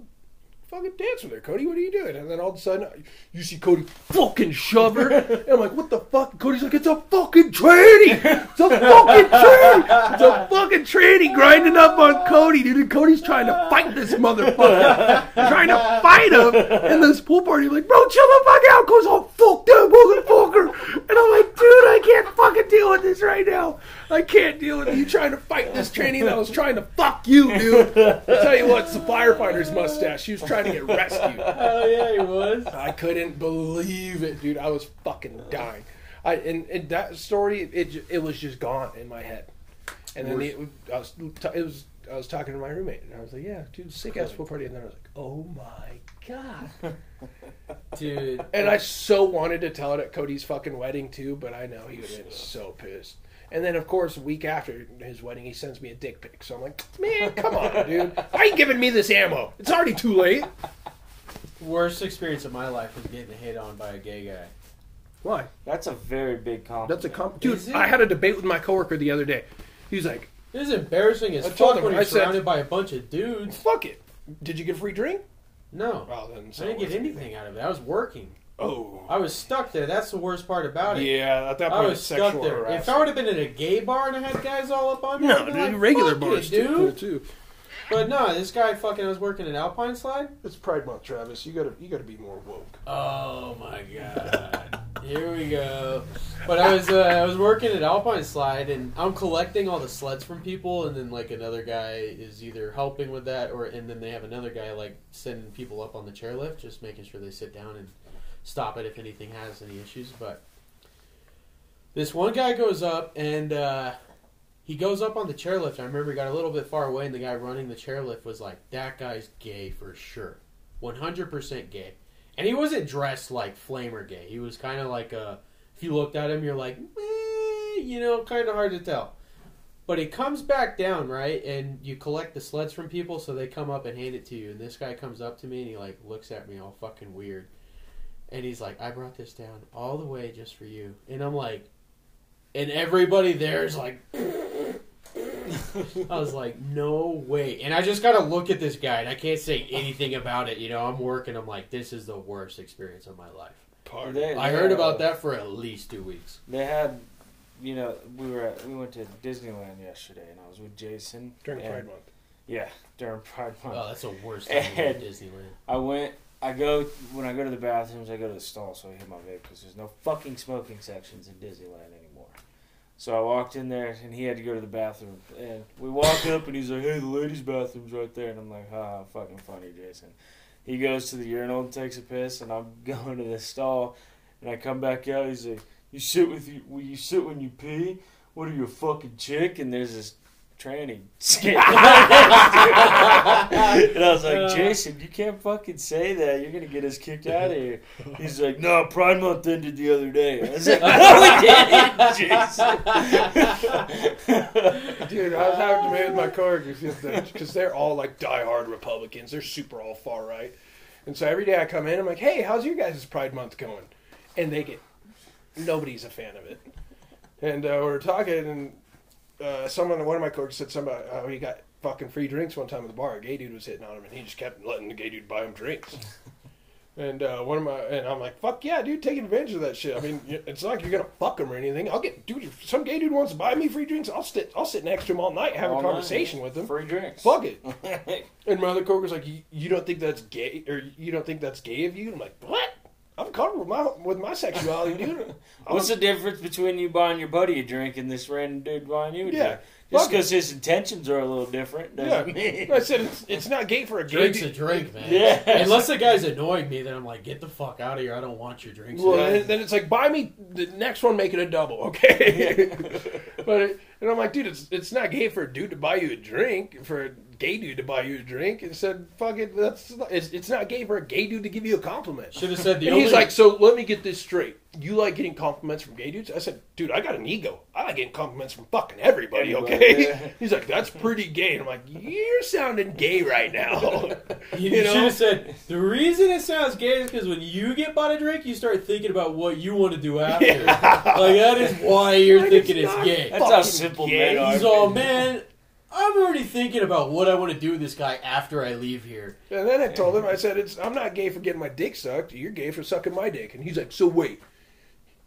D: fucking dance with her, Cody. What are you doing? And then all of a sudden, you see Cody fucking shove her. And I'm like, what the fuck? Cody's like, it's a fucking tranny. It's a fucking tranny. It's a fucking tranny grinding up on Cody, dude. And Cody's trying to fight this motherfucker. trying to fight him. And this pool party, like, bro, chill the fuck out. Goes, oh, fuck that motherfucker. And I'm like, dude, I can't fucking deal with this right now. I can't deal with you trying to fight this tranny that was trying to fuck you, dude. I tell you what, it's the firefighter's mustache. She was trying to get rescued.
B: Hell Oh, yeah, he was.
D: I couldn't believe it, dude. I was fucking dying. I and, and that story, it ju- it was just gone in my head. And then it, I was t- it was I was talking to my roommate, and I was like, "Yeah, dude, sick ass pool party." And then I was like, "Oh my god!"
B: Dude,
D: And I so wanted to tell it at Cody's fucking wedding too, but I know he would have been so pissed. And then, of course, a week after his wedding, he sends me a dick pic. So I'm like, "Man, come on, dude! Why you giving me this ammo? It's already too late."
B: worst experience of my life was getting hit on by a gay guy.
D: Why?
C: That's a very big compliment.
D: That's a comp. Dude,
B: Is it?
D: I had a debate with my coworker the other day. He was like,
B: This is embarrassing as
D: I told
B: fuck
D: him,
B: when you're
D: I said-
B: surrounded by a bunch of dudes.
D: "Fuck it." Did you get a free drink?
B: No,
D: Well, then so
B: I didn't get anything out of it. I was working.
D: Oh,
B: I was stuck there. That's the worst part about it.
D: yeah. At that
B: I
D: point,
B: was
D: it's
B: stuck
D: sexual
B: there. If I
D: harassment.
B: would have been in a gay bar and I had guys all up on me, I'd
D: No,
B: be
D: dude,
B: like,
D: regular
B: "Fuck
D: bars,
B: it,
D: too, cool
B: dude.
D: too.
B: But no, this guy fucking. I was working at Alpine Slide.
D: It's Pride Month, Travis. You gotta, you gotta be more woke.
B: Oh my god. Here we go. But I was uh, I was working at Alpine Slide and I'm collecting all the sleds from people and then like another guy is either helping with that or and then they have another guy like sending people up on the chairlift just making sure they sit down and stop it if anything has any issues but this one guy goes up and uh, he goes up on the chairlift. I remember he got a little bit far away and the guy running the chairlift was like that guy's gay for sure. 100% gay. And he wasn't dressed like flamer gay. He was kind of like a. If you looked at him, you're like, "Meh," you know, kind of hard to tell. But he comes back down, right? And you collect the sleds from people, so they come up and hand it to you. And this guy comes up to me and he like looks at me all fucking weird. And he's like, I brought this down all the way just for you. And I'm like, and everybody there is like, I was like, no way. And I just got to look at this guy, and I can't say anything about it. You know, I'm working. I'm like, this is the worst experience of my life.
D: Party.
C: They-
B: I
C: they
B: heard
C: had
B: about
C: a-
B: that for at least two weeks.
C: They had, you know, we were at, we went to Disneyland yesterday, and I was with Jason
D: During
C: and-
D: Pride Month.
C: Yeah, during Pride Month.
B: Oh, that's the worst thing to do at Disneyland.
C: I went. I go when I go to the bathrooms. I go to the stall, so I hit my vape because there's no fucking smoking sections in Disneyland anymore. So I walked in there, and he had to go to the bathroom. And we walked up, and he's like, "Hey, the ladies' bathroom's right there." And I'm like, "Ha, fucking funny, Jason." He goes to the urinal and takes a piss, and I'm going to the stall, and I come back out. He's like, "You sit with you? Will you sit when you pee? What are you a fucking chick?" And there's this tranny. and I was
B: Uh.
C: like, Jason, you can't fucking say that. You're gonna get us kicked out of here. He's like, No, Pride Month ended the other day. I was like, No, we didn't, Jason.
D: Dude, I was having a debate with my coworkers yesterday because they're all like diehard Republicans. They're super all far right, and so every day I come in, I'm like, "Hey, how's your guys' Pride Month going?" And they get nobody's a fan of it. And uh, we were talking, and uh, someone, one of my coworkers said something about how he got fucking free drinks one time at the bar. A gay dude was hitting on him, and he just kept letting the gay dude buy him drinks. And uh, one of my and I'm like, fuck yeah, dude, taking advantage of that shit. I mean, y- it's not like you're gonna fuck him or anything. I'll get dude. If some gay dude wants to buy me free drinks, I'll sit. I'll sit next to him all night, and have
C: All
D: a
C: night.
D: conversation with him.
C: Free drinks.
D: Fuck it. And my other coworker's like, you, you don't think that's gay, or you don't think that's gay of you? And I'm like, what? I'm comfortable with my with my sexuality, dude. I'm
C: What's the difference between you buying your buddy a drink and this random dude buying you a
D: Yeah,
C: drink?
D: fuck
C: Just
D: it.
C: because his intentions are a little different doesn't mean.
D: I said it's, it's not gay for a gay
B: Drink's
D: dude.
B: a drink, man.
C: Yeah.
B: Unless the guy's annoying me, then I'm like, get the fuck out of here. I don't want your drinks.
D: Well,
C: Yeah.
D: then- then it's like buy me the next one, make it a double, okay? but it, and I'm like, dude, it's it's not gay for a dude to buy you a drink for a gay dude to buy you a drink. And said, fuck it, that's not- it's, it's not gay for a gay dude to give you a compliment.
B: Should have said the
D: and
B: only.
D: he's like, so let me get this straight. You like getting compliments from gay dudes? I said, dude, I got an ego. I like getting compliments from fucking everybody,
C: Everybody,
D: okay?
C: yeah.
D: He's like, that's pretty gay. And I'm like, you're sounding gay right now.
B: you,
D: you know?
B: should have said the reason it sounds gay is because when you get bought a drink, you start thinking about what you want to do after. Like that is why you're
D: Like,
B: thinking
D: it's
B: it's
D: not-
B: gay.
C: That's how
D: Fucking
C: simple
D: gay.
C: men are.
B: He's all man. I'm already thinking about what I want to do with this guy after I leave here.
D: And then I told him, I said, "It's I'm not gay for getting my dick sucked. You're gay for sucking my dick." And he's like, "So wait,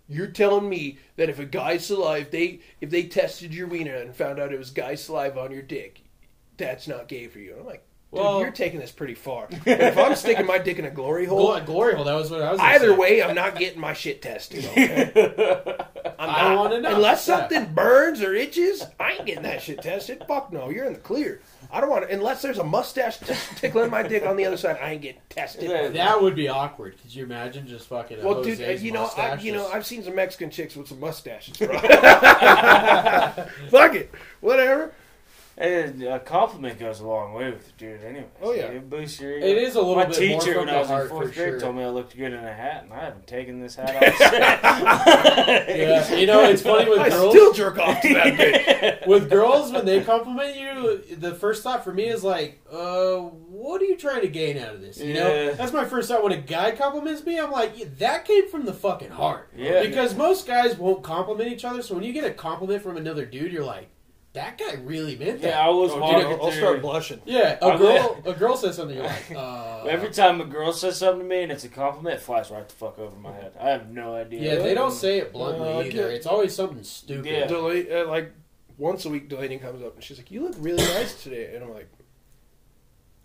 D: you're telling me that if a guy's saliva, if they if they tested your wiener and found out it was guy saliva on your dick, that's not gay for you?" And I'm like, "Dude,
B: Well-
D: you're taking this pretty far. And if I'm sticking my dick in a glory hole,
B: Glo- glory hole. That was what I was. gonna
D: either
B: say.
D: way, I'm not getting my shit tested. Okay? I'm
B: I
D: not.
B: wanna know.
D: Unless
B: Yeah.
D: something burns or itches, I ain't getting that shit tested. Fuck no, you're in the clear. I don't want to. Unless there's a mustache t- tickling my dick on the other side, I ain't getting tested.
C: Yeah.
B: that would be awkward. Could you imagine just fucking? a
D: Well, dude, uh,
B: Jose's
D: you know, I,
B: mustache
D: you know,
B: just-
D: I've seen some Mexican chicks with some mustaches. Bro. Fuck it, whatever.
C: And a compliment goes a long way with a dude, anyway.
D: Oh, yeah.
C: it boosts your.
B: It is a little
C: My
B: bit more
C: teacher
B: from
C: when
B: the
C: I was in
B: heart,
C: fourth
B: for
C: grade
B: sure.
C: told me I looked good in a hat, and I haven't taken this hat off. since.
B: Yeah, you know, it's funny with
D: I
B: girls.
D: still jerk off to that bitch.
B: with girls when they compliment you the first thought for me is like uh what are you trying to gain out of this you know
C: Yeah.
B: that's my first thought when a guy compliments me i'm like yeah, that came from the fucking heart
C: Yeah.
B: because most guys won't compliment each other so when you get a compliment from another dude you're like that guy really meant that
C: yeah, I was.
D: Dude,
C: walking
D: I'll, I'll
C: through-
D: start blushing.
B: yeah a
C: I'm-
B: girl a girl says something you're like uh
C: Every time a girl says something to me and it's a compliment, it flies right the fuck over my head. I have no idea.
B: yeah they don't say it bluntly
D: Uh,
B: either
D: yeah.
B: it's always something stupid
C: Yeah.
D: Delaney, uh, like once a week, Delaney comes up and she's like, "You look really nice today," and I'm like,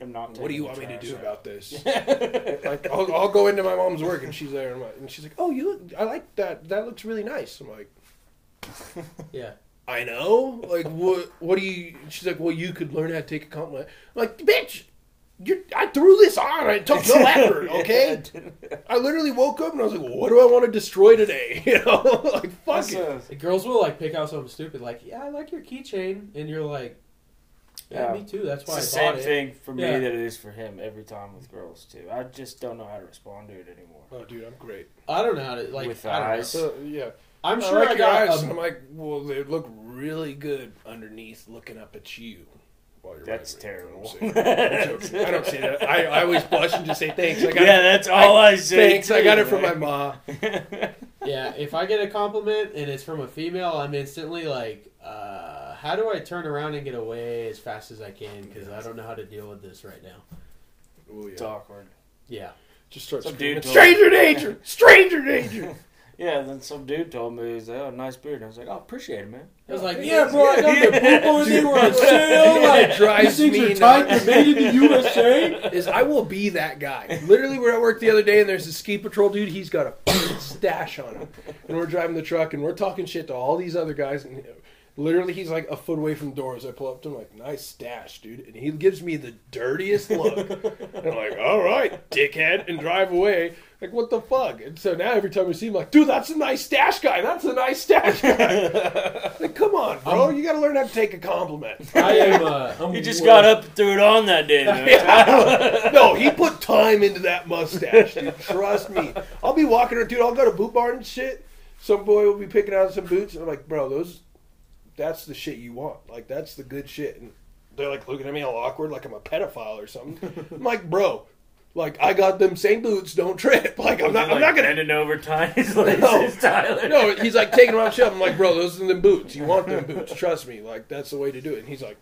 C: I'm not
D: "What do
C: taking
D: you
C: the
D: want me to
C: trash
D: do
C: out.
D: about this?" like, I'll, I'll go into my mom's work, and she's there, and, I'm like, and she's like, "Oh, you look. I like that. That looks really nice." I'm like,
B: yeah
D: "I know. Like, what? What do you?" She's like, "Well, you could learn how to take a compliment." I'm like, "Bitch." You're, I threw this on. It took no effort. Okay, I literally woke up and I was like, "What do I want to destroy today?" You know, like fuck
C: That's
D: it.
C: a-
B: The girls will like pick out something stupid, like "Yeah, I like your keychain," and you're like, "Yeah,
C: Yeah.
B: me too. That's
C: It's
B: why
C: the
B: I
C: same
B: bought it."
C: thing for me
B: Yeah.
C: that it is for him every time with girls too. I just don't know how to respond to it anymore.
D: oh, dude, I'm great.
B: I don't know how to like.
C: With the
B: I don't
C: eyes.
B: Know.
D: So yeah,
B: I'm
D: I
B: sure I,
D: like your eyes.
B: got.
D: and I'm
B: Um,
D: like, well, they look really good underneath looking up at you. While you're
C: That's
D: vibrating.
C: terrible.
D: I'm joking. I don't say that. I, I always blush and just say thanks. I got
C: yeah,
D: it.
C: that's all I, say.
D: Thanks. I got it from my mom.
B: yeah, if I get a compliment and it's from a female, I'm instantly like, uh, "How do I turn around and get away as fast as I can?" Because I don't know how to deal with this right now.
D: Oh,
C: It's
D: yeah.
C: awkward.
B: Yeah,
D: Just start
C: Some
D: screaming.
C: dude told-
D: Stranger danger! Stranger danger!
C: Yeah, then some dude told me he's like, "Oh, nice beard." I was like, "Oh, appreciate it, man."
B: I was like, "Yeah, bro, I got the poop on me where I'm still
D: It
B: like
D: drives
B: these things
D: me
B: are tight.
D: nuts.
B: They're made in the USA."
D: Is I will be that guy. Literally, we we're at work the other day, and there's a ski patrol dude. He's got a fucking stash on him, and we're driving the truck, and we're talking shit to all these other guys, and Literally, he's like a foot away from the door as I pull up to him, like, nice stash, dude. And he gives me the dirtiest look. and I'm like, all right, dickhead, and drive away. Like, what the fuck? And so now every time we see him, like, dude, that's a nice stash guy. That's a nice stash guy. like, come on, bro.
B: Um,
D: you got to learn how to take a compliment.
B: I am. Uh, I'm
C: He just
B: way-
C: got up and threw it on that day. though.
D: no, he put time into that mustache, dude. Trust me. I'll be walking around, dude. I'll go to boot barn and shit. Some boy will be picking out some boots, and I'm like, bro, those, that's the shit you want. Like, that's the good shit. And they're like looking at me all awkward, like I'm a pedophile or something. I'm like, bro, like I got them same boots. Don't trip. Like I'm not, I'm not gonna.
C: end in overtime. He's like,
D: No.
C: "This is Tyler.
D: No, he's like taking them off shelf. I'm like, bro, those are them boots. You want them boots? Trust me. Like that's the way to do it. And he's like,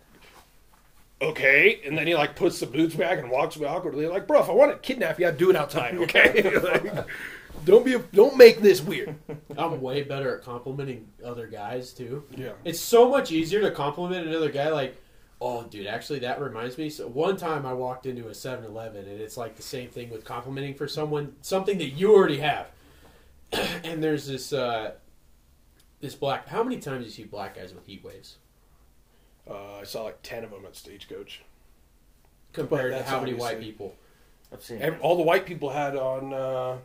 D: okay. And then he like puts the boots back and walks away awkwardly. Like, bro, if I want to kidnap you, I'd do it outside. Okay. Like, don't be. A, don't make this weird.
B: I'm way better at complimenting other guys too.
D: Yeah.
B: It's so much easier to compliment another guy like, "Oh, dude, actually that reminds me." So one time I walked into a 7-Eleven and it's like the same thing with complimenting for someone something that you already have. and there's this uh this black How many times do you see black guys with heat waves?
D: Uh, I saw like ten of them at Stagecoach.
B: Compared to
D: that's
B: how many white
D: obviously-
B: people?
C: I've seen
D: Ev
C: it.
D: all the white people had on. Uh,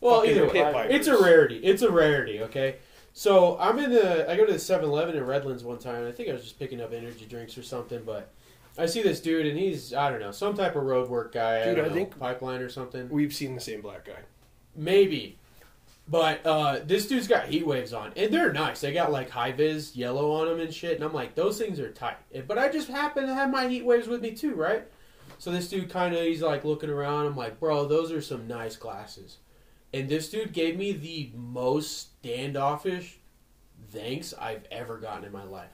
B: Well,
D: fucking
B: either way,
D: pit vipers.
B: It's a rarity. It's a rarity, okay? So I'm in the I go to the 7-Eleven in Redlands one time. and I think I was just picking up energy drinks or something, but I see this dude and he's I don't know some type of road work guy.
D: Dude,
B: I, don't
D: I
B: know,
D: think-
B: pipeline or something
D: We've seen the same black guy.
B: maybe. But uh, this dude's got heat waves on, and they're nice. They got like high vis yellow on them and shit. And I'm like, those things are tight. But I just happen to have my heat waves with me too, right? So this dude kind of he's like looking around. I'm like, bro, those are some nice glasses. And this dude gave me the most standoffish thanks I've ever gotten in my life.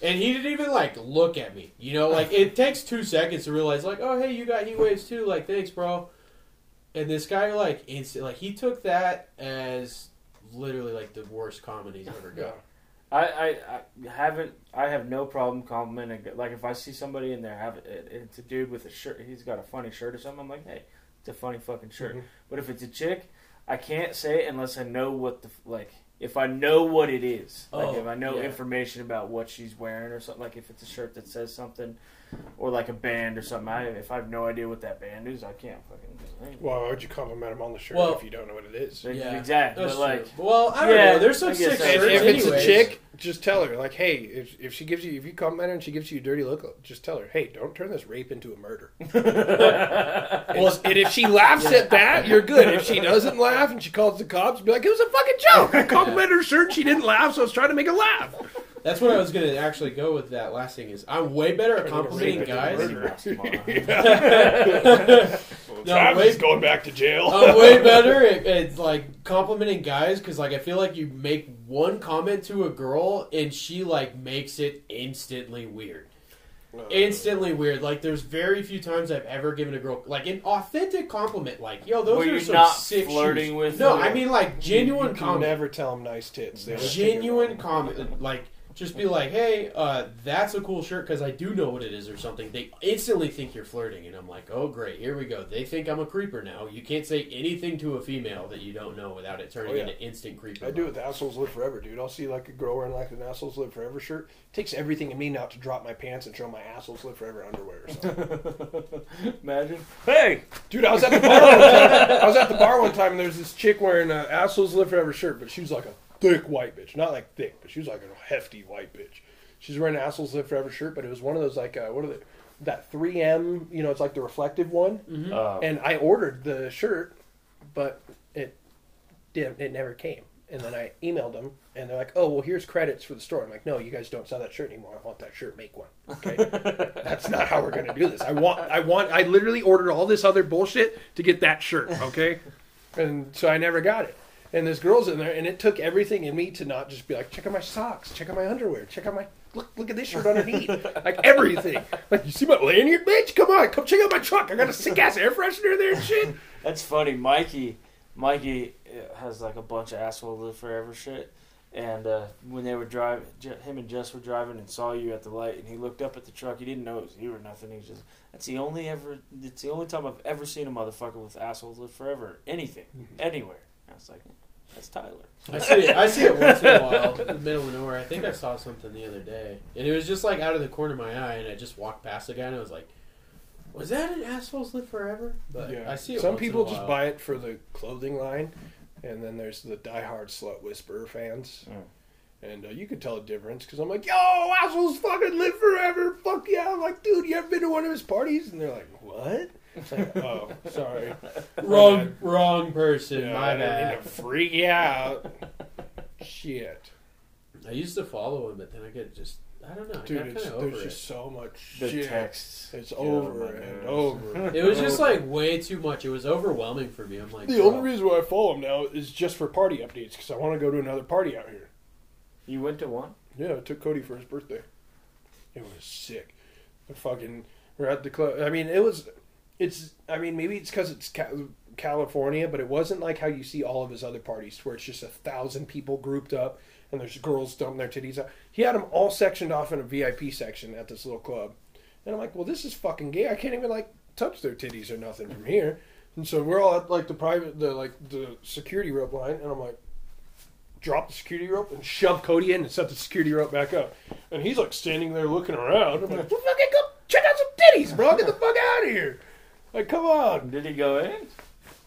B: And he didn't even like look at me. You know, like it takes two seconds to realize, like, oh hey, you got heat waves too. Like, thanks, bro. And this guy like instant like he took that as literally like the worst comedy he's ever got.
C: I, I, I haven't. I have no problem complimenting. Like if I see somebody in there, have it, it's a dude with a shirt. He's got a funny shirt or something. I'm like, hey, it's a funny fucking shirt.
B: Mm-hmm.
C: But if it's a chick, I can't say it unless I know what the f- like. If I know what it is, like
B: Oh,
C: if I know
B: yeah.
C: information about what she's wearing or something, like if it's a shirt that says something, or like a band or something. I, if I have no idea what that band is, I can't fucking.
D: Why would you compliment him on the shirt
B: Well-
D: if you don't know what it is?
C: Like,
B: Yeah,
C: exactly.
B: That's
C: But like,
B: true. well, I don't
C: yeah,
B: know. There's some
C: I
B: sick
C: guess that's
D: If,
B: shirts.
C: true.
D: if it's a
B: anyways.
D: chick, just tell her, like, hey, if, if she gives you, if you compliment her and she gives you a dirty look, just tell her, hey, don't turn this rape into a murder. and, and if she laughs at that, you're good. If she doesn't laugh and she calls the cops, be like, it was a fucking joke. I complimented her shirt, she didn't laugh, so I was trying to make her laugh.
B: That's what I was gonna actually go with. That last thing is, I'm way better at complimenting
D: Rape into
B: guys.
D: murder.
B: No,
D: Travis is
B: wait.
D: going back to jail.
B: I'm way better at, at like complimenting guys because like I feel like you make one comment to a girl and she like makes it instantly weird.
C: Uh.
B: Instantly weird. Like there's very few times I've ever given a girl like an authentic compliment. Like yo, those
C: Were
B: are
C: you
B: some
C: not
B: sick
C: flirting
B: shoes.
C: with
B: No,
C: her?
B: I mean like
D: you
B: genuine
D: can
B: comment
D: never tell them nice tits. They always think you're
B: genuine
D: wrong.
B: comment like just be like hey uh, that's a cool shirt because i do know what it is or something they instantly think you're flirting and i'm like oh great here we go they think i'm a creeper now you can't say anything to a female that you don't know without it turning
D: Oh, yeah.
B: into instant creeper
D: I do with the assholes live forever, dude. I'll see like a girl wearing like an assholes live forever shirt. takes everything in me not to drop my pants and show my assholes live forever underwear or something.
C: Imagine, hey,
D: dude, I was at the bar. One time. I was at the bar one time and there was this chick wearing an assholes live forever shirt, but she was like a thick white bitch, not like thick, but she was like a hefty white bitch. She's wearing an assholes live forever shirt, but it was one of those like uh, what are they? That 3M, you know, it's like the reflective one.
C: Uh,
D: And I ordered the shirt, but it didn't, it never came. And then I emailed them, and they're like, "Oh, well, here's credits for the store." I'm like, "No, you guys don't sell that shirt anymore. I want that shirt. Make one." Okay, that's not how we're gonna do this. I want, I want, I literally ordered all this other bullshit to get that shirt. Okay, and so I never got it. And this girl's in there, and it took everything in me to not just be like, "Check out my socks. Check out my underwear. Check out my look. Look at this shirt underneath. like everything. Like you see my lanyard, bitch. Come on, come check out my truck. I got a sick ass air freshener there and shit."
C: That's funny. Mikey, Mikey uh, has like a bunch of asshole live forever shit. And uh, when they were driving, Je- him and Jess were driving and saw you at the light, and he looked up at the truck. He didn't know it was you or nothing. He was just that's the only ever. It's the only time I've ever seen a motherfucker with assholes live forever. Anything, anywhere. And I was like, That's Tyler.
B: I see it. I see it once in a while in the middle of nowhere. I think I saw something the other day, and it was just like out of the corner of my eye, and I just walked past the guy, and I was like, "Was that an asshole's live forever?" But
D: yeah.
B: I see it.
D: Some
B: once in a
D: people just
B: while.
D: buy it for the clothing line, and then there's the diehard slut whisperer fans.
C: Mm.
D: And uh, you could tell a difference because I'm like, yo, assholes fucking live forever. Fuck yeah. I'm like, dude, you ever been to one of his parties? And they're like, what? It's like, oh, sorry.
B: wrong, wrong person.
D: Yeah, I
B: my
D: didn't mean
B: bad.
D: to freak you out. Shit.
B: I used to follow him, but then I get just I don't know. I
D: Dude,
B: got
D: it's,
B: kind of
D: there's
B: over
D: just so much
C: The
D: shit.
C: texts.
D: It's
C: get on
D: over
C: my
D: and
C: nerves.
D: over.
B: it. It was
D: Oh.
B: just like way too much. It was overwhelming for me. I'm like,
D: The
B: bro.
D: only reason why I follow him now is just for party updates because I want to go to another party out here.
C: You went to one?
D: Yeah, I took Cody for his birthday. It was sick. The fucking we're at the club. I mean, it was. It's. I mean, maybe it's because it's ca- California, but it wasn't like how you see all of his other parties where it's just a thousand people grouped up and there's girls dumping their titties out. He had them all sectioned off in a VIP section at this little club, and I'm like, well, this is fucking gay. I can't even like touch their titties or nothing from here. And so we're all at like the private, the like the security rope line, and I'm like drop the security rope and shove Cody in and set the security rope back up. And he's like standing there looking around. I'm like, fucking go check out some titties, bro. Get the fuck out of here. Like, come on.
C: Did he go in?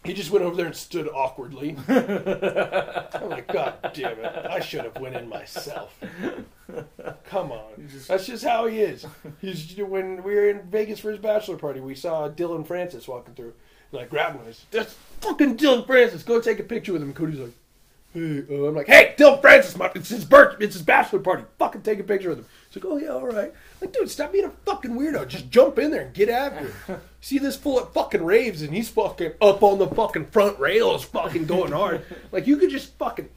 D: He just went over there and stood awkwardly. I'm like, God damn it. I should have went in myself. Come on. That's just how he is. He's, when we were in Vegas for his bachelor party, we saw Dylan Francis walking through. And I grabbed him and I said, That's fucking Dylan Francis. Go take a picture with him. Cody's like, Hey, uh, I'm like, hey, Dylan Francis, my, it's his birth, it's his bachelor party. Fucking take a picture with him. He's like, oh yeah, all right. Like, dude, stop being a fucking weirdo. Just jump in there and get after it. See this fool at fucking raves, and he's fucking up on the fucking front rails, fucking going hard. like, you could just fucking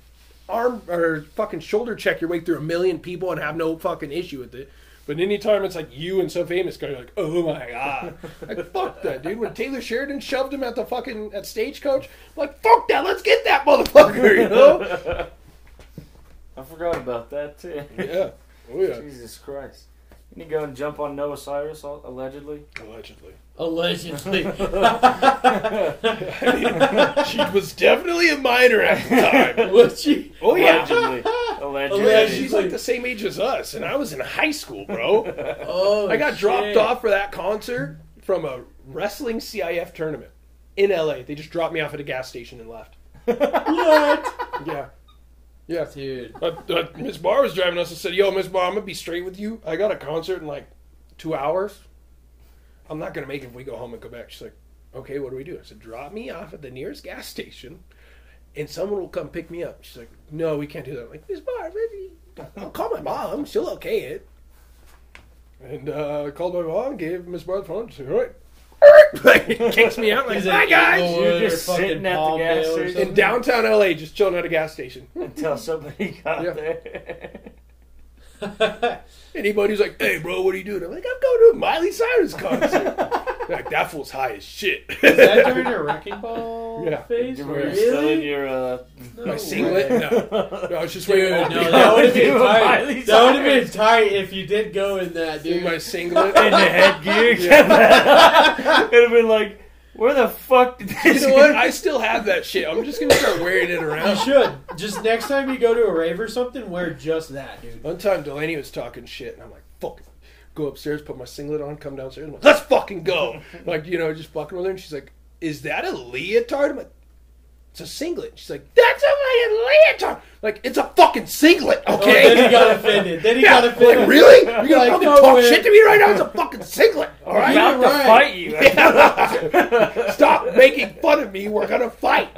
D: arm or fucking shoulder check your way through a million people and have no fucking issue with it. But anytime it's like you and some famous guy, you're like, oh my god, like fuck that dude. When Taylor Sheridan shoved him at the fucking at stagecoach, I'm like fuck that, let's get that motherfucker, you know?
C: I forgot about that too.
D: yeah, oh yeah,
C: Jesus Christ. Didn't he go and jump on Noah Cyrus al- allegedly?
D: allegedly.
B: allegedly.
D: she was definitely a minor at the time.
B: was she?
D: Oh yeah.
C: Allegedly. allegedly.
D: Yeah,
B: Allegedly.
D: she's like the same age as us, and I was in high school, bro.
B: Oh,
D: I got dropped
B: shit.
D: off for that concert from a wrestling CIF tournament in LA. They just dropped me off at a gas station and left.
B: What?
D: Yeah. Yeah.
B: Dude,
D: Uh, uh, Miss Barr was driving us and said, Yo, Miss Barr, I'm going to be straight with you. I got a concert in like two hours. I'm not going to make it if we go home and go back. She's like, Okay, what do we do? I said, Drop me off at the nearest gas station and someone will come pick me up. She's like, No, we can't do that. I'm like, Miss Barr, really? I'll call my mom. She'll okay it. And uh, I called my mom, gave Miss Barr the phone. She's like, All right. Kicks me out. Like,
B: Is it
D: Bye, guys.
B: Eagle
C: You're
B: Wood
C: just
B: or fucking
C: sitting at the
B: Palmdale
C: gas
B: or
C: station.
B: something?
D: In downtown LA, just chilling at a gas station.
C: Until somebody got
D: Yeah.
C: there.
D: Anybody's like, hey, bro, what are you doing? I'm like, I'm going to a Miley Cyrus concert. They're like, that fool's high as shit.
B: Is that during her wrecking ball
D: Yeah.
B: phase?
C: You were still in
B: Really?
C: your uh,
B: No
D: My
B: way.
D: singlet? No. No, I was just
B: Dude,
D: waiting
B: no,
D: on
B: that would have been
C: Dude,
B: tight.
C: Miley
B: That would have been tight if you did go in that,
D: in
B: dude.
D: my singlet.
C: in the headgear. It'd have been like, where the fuck did
D: you
C: this?
D: know what? I still have that shit. I'm just going to start wearing it
B: You
D: around.
B: should. Just next time you go to a rave or something, wear just that, dude.
D: One time, Delaney was talking shit, and I'm like, fuck it. Go upstairs, put my singlet on, come downstairs. I'm like, let's fucking go. Like, you know, just fucking with her. And she's like, is that a leotard? I'm like, it's a singlet. She's like, that's a leotard. Like, it's a fucking singlet,
B: Oh,
D: okay?
B: then he got offended. Then he
D: Yeah,
B: got offended.
D: like really? You gonna
B: Like,
D: fucking
B: no
D: talk
B: way.
D: shit to me right now? It's a fucking singlet. All
C: I'm
D: right,
B: Yeah.
C: about to
B: right.
C: fight you.
D: stop making fun of me. We're gonna fight.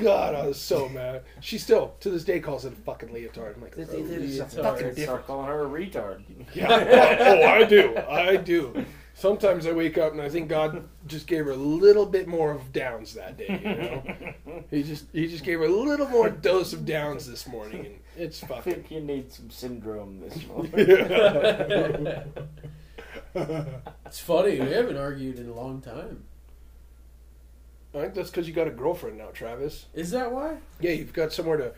D: God, I was so mad. She still, to this day, calls it a fucking leotard. I'm like, this is a
B: Leotard.
D: fucking
C: Start
D: different.
C: calling her a retard.
D: Yeah. Oh, I do. I do. Sometimes I wake up and I think God just gave her a little bit more of downs that day. You know, he just he just gave her a little more dose of downs this morning, and it's
C: I
D: fucking.
C: think you need some syndrome this morning.
D: Yeah.
B: It's funny. We haven't argued in a long time.
D: I think that's because you got a girlfriend now, Travis.
B: Is that why?
D: Yeah, you've got somewhere to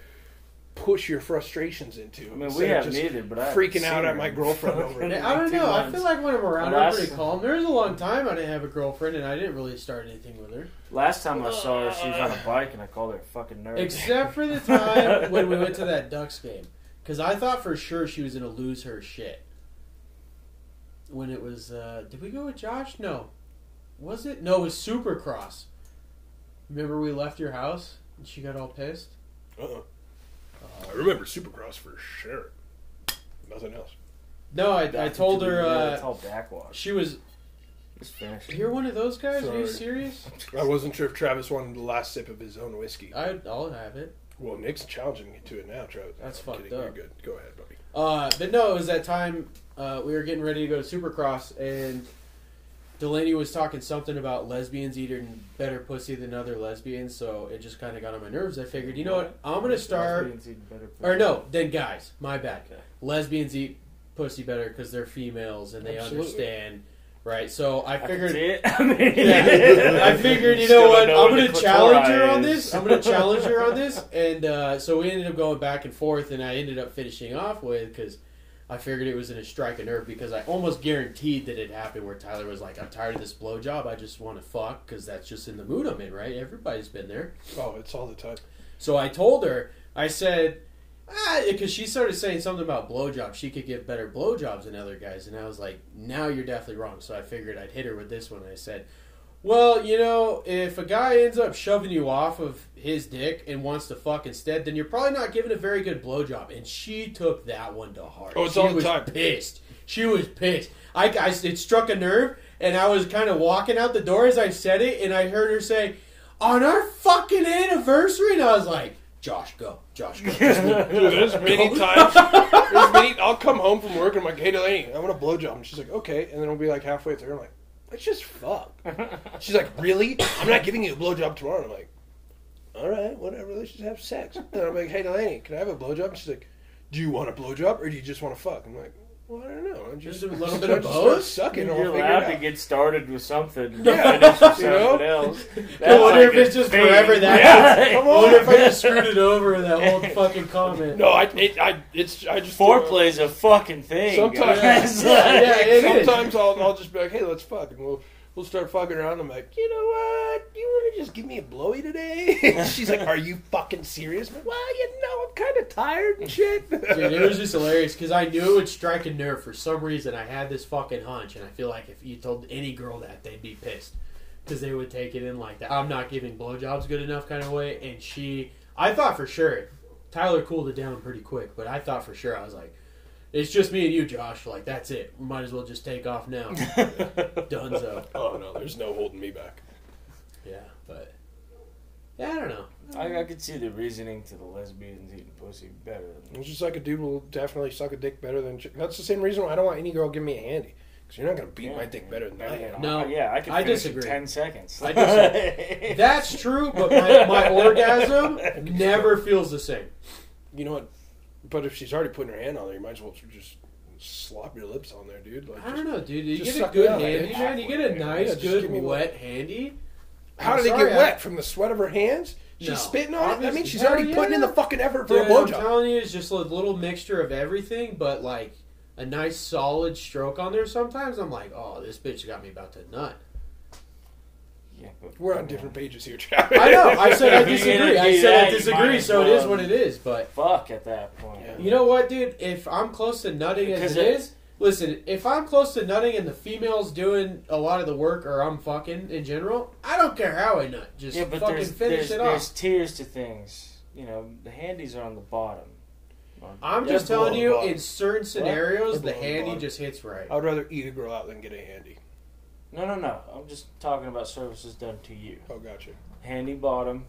D: push your frustrations into.
C: I mean,
D: instead
C: we
D: of
C: haven't
D: just
C: either, but I haven't
D: freaking
C: seen
D: out at
C: her
D: my
C: in
D: girlfriend
C: fucking
D: over it.
B: I don't
C: two
B: know. I
C: months.
B: feel like when I'm around,
C: But
B: I'm
C: I-
B: pretty calm. There was a long time I didn't have a girlfriend, and I didn't really start anything with her,
C: Last time I saw her, she was on a bike, and I called her a fucking nerd.
B: except for the time when we went to that Ducks game, because I thought for sure she was gonna lose her shit. When it was, uh, did we go with Josh? No, was it? No, it was Supercross. Remember we left your house and she got all pissed.
D: Uh-uh. I remember Supercross for sure. Nothing else.
B: No, I, I told her
C: Yeah, it's
B: uh,
C: all backwash.
B: she was.
C: Just finish it.
B: You're one of those guys. Are you
D: Sorry.
B: serious?
D: I wasn't sure if Travis wanted the last sip of his own whiskey.
B: I, I'll have it.
D: Well, Nick's challenging me to it now, Travis.
B: That's
D: I'm
B: fucked
D: kidding.
B: up.
D: You're good. Go ahead, buddy.
B: Uh, but no, it was that time uh, we were getting ready to go to Supercross, and Delaney was talking something about lesbians eating better pussy than other lesbians, so it just kind of got on my nerves. I figured, you know what? I'm going to start.
C: Lesbians eat better pussy.
B: Or no, then guys, my bad.
C: Okay.
B: Lesbians eat pussy better because they're females and they
D: Absolutely.
B: understand, right? So I
C: I can see
B: figured.
C: it. I mean,
B: Yeah. I figured, you
C: Still
B: know
C: don't
B: what? I'm
C: where
B: going
C: the
B: to challenge her
C: clitoris
B: on
C: is.
B: this. I'm going to challenge her on this. And uh, so we ended up going back and forth, and I ended up finishing off with because I figured it was going to strike a nerve because I almost guaranteed that it happened where Tyler was like, I'm tired of this blowjob. I just want to fuck because that's just in the mood I'm in, right? Everybody's been there.
D: Oh, it's all the time.
B: So I told her, I said, because Ah, she started saying something about blowjobs. She could give better blowjobs than other guys. And I was like, now you're definitely wrong. So I figured I'd hit her with this one. I said, well, you know, if a guy ends up shoving you off of his dick and wants to fuck instead, then you're probably not giving a very good blowjob. And she took that one to heart.
D: Oh, it's
B: she
D: all the
B: was
D: time.
B: pissed. She was pissed. I, I, it struck a nerve, and I was kind of walking out the door as I said it, and I heard her say, on our fucking anniversary, and I was like, Josh, go, Josh, go. Just leave.
D: Dude, there's many times. There's many, I'll come home from work and I'm like, hey, Delaney, I want a blowjob. And she's like, okay. And then we'll be like halfway through. I'm like, let's just fuck. She's like, really? I'm not giving you a blowjob tomorrow. I'm like, all right, whatever. Let's just have sex. And I'm like, hey, Delaney, can I have a blowjob? And she's like, do you want a blowjob or do you just want to fuck? I'm like, well, I don't know. I'm just,
B: Just a little bit of
D: just start
B: both?
D: Sucking or
C: You're
D: we'll figure
C: allowed to
D: it out.
C: get started with something.
D: Yeah.
C: Yeah, finish with
D: You know?
C: something else.
B: I wonder
C: like
B: if
C: a
B: it's just
C: thing.
B: forever that.
C: Yeah.
B: I wonder if I just screwed it over in that whole fucking comment.
D: No, I, it, I, it's, I just
C: Foreplay's a fucking thing.
D: Sometimes-
C: guys.
B: Yeah, yeah, it is.
D: Sometimes I'll, I'll just be like, hey, let's fuck. And we'll, we'll start fucking around. I'm like, you know what? You want to just give me a blowy today? And She's like, are you fucking serious? I'm like, well, you know, I'm kind of tired and shit.
B: Dude, it was just hilarious because I knew it would strike a nerve for some reason. I had this fucking hunch, and I feel like if you told any girl that, they'd be pissed because they would take it in like that. I'm not giving blowjobs good enough kind of way. And she, I thought for sure, Tyler cooled it down pretty quick, but I thought for sure I was like, it's just me and you, Josh. Like that's it. We might as well just take off now. Dunzo.
D: oh, no, there's no holding me back.
B: Yeah, but yeah, I don't know.
C: I, I could see the reasoning to the lesbians eating pussy better. Than
D: It's just like a dude will definitely suck a dick better than. chick- That's the same reason why I don't want any girl giving me a handy. Because you're not going to beat my dick better than I am.
B: No,
C: Oh, yeah, I could
B: I
C: finish in
B: disagree.
C: ten seconds.
B: I disagree. That's true, but my, my orgasm never feels the same.
D: You know what? But if she's already putting her hand on there, you might as well just slop your lips on there, dude. Like,
B: I
D: just-
B: don't know, dude. You get
D: Just
B: a
D: suck it
B: good
D: out,
B: handy,
D: dude.
B: man. You get a
C: Yeah,
B: nice,
D: just
B: good,
D: give me
B: wet,
D: one.
B: handy.
D: How
B: I'm
D: did it
B: sorry,
D: get
B: I-
D: wet? From the sweat of her hands? She's
B: No.
D: spitting on it? I mean,
B: Obviously.
D: she's already
B: Hell
D: putting in
B: yeah.
D: the fucking effort for
B: Dude,
D: a
B: I'm
D: blowjob.
B: telling you, it's just a little mixture of everything, but like a nice, solid stroke on there. Sometimes I'm like, oh, this bitch got me about to nut.
C: Yeah, but-
D: We're on different pages here, Travis.
B: I know. I said I
C: If you're gonna
B: disagree. I
C: do
B: said
C: that,
B: I
C: you might
B: disagree.
C: as
B: So it is
C: well.
B: what it is. But
C: Fuck at that point.
D: Yeah.
B: you know what, dude? If I'm close to nutting as
C: Because
B: it
C: it-
B: is, listen. If I'm close to nutting and the female's doing a lot of the work, or I'm fucking in general, I don't care how I nut. Just
C: yeah, but
B: fucking
C: there's,
B: finish
C: there's,
B: it
C: there's
B: off.
C: tiers to things. You know, the handies are on the bottom.
B: I'm
D: Yeah,
B: just
D: blow
B: telling
D: the
B: you,
D: bottom.
B: in certain scenarios,
D: Blow
B: the
D: the
B: handy
D: bottom.
B: just hits right.
D: I would rather eat a girl out than get a handy.
C: No, no, no. I'm just talking about services done to you.
D: Oh, gotcha.
C: Handy bottom,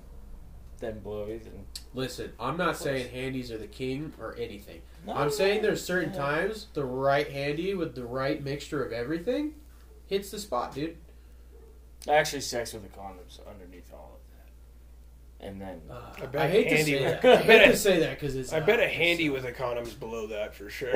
C: then blowy, then.
B: Listen, I'm not saying handies are the king or anything.
C: No,
B: I'm saying
C: no,
B: there's certain
C: no.
B: times the right handy with the right mixture of everything hits the spot, dude.
C: Actually, sex with a condom's underneath all of that. and then
B: Uh,
D: I bet
B: I hate
D: Andy-
B: to say that. I hate to say that because it's.
D: I
B: not-
D: bet a
B: it's-
D: handy with a condom's below that for sure.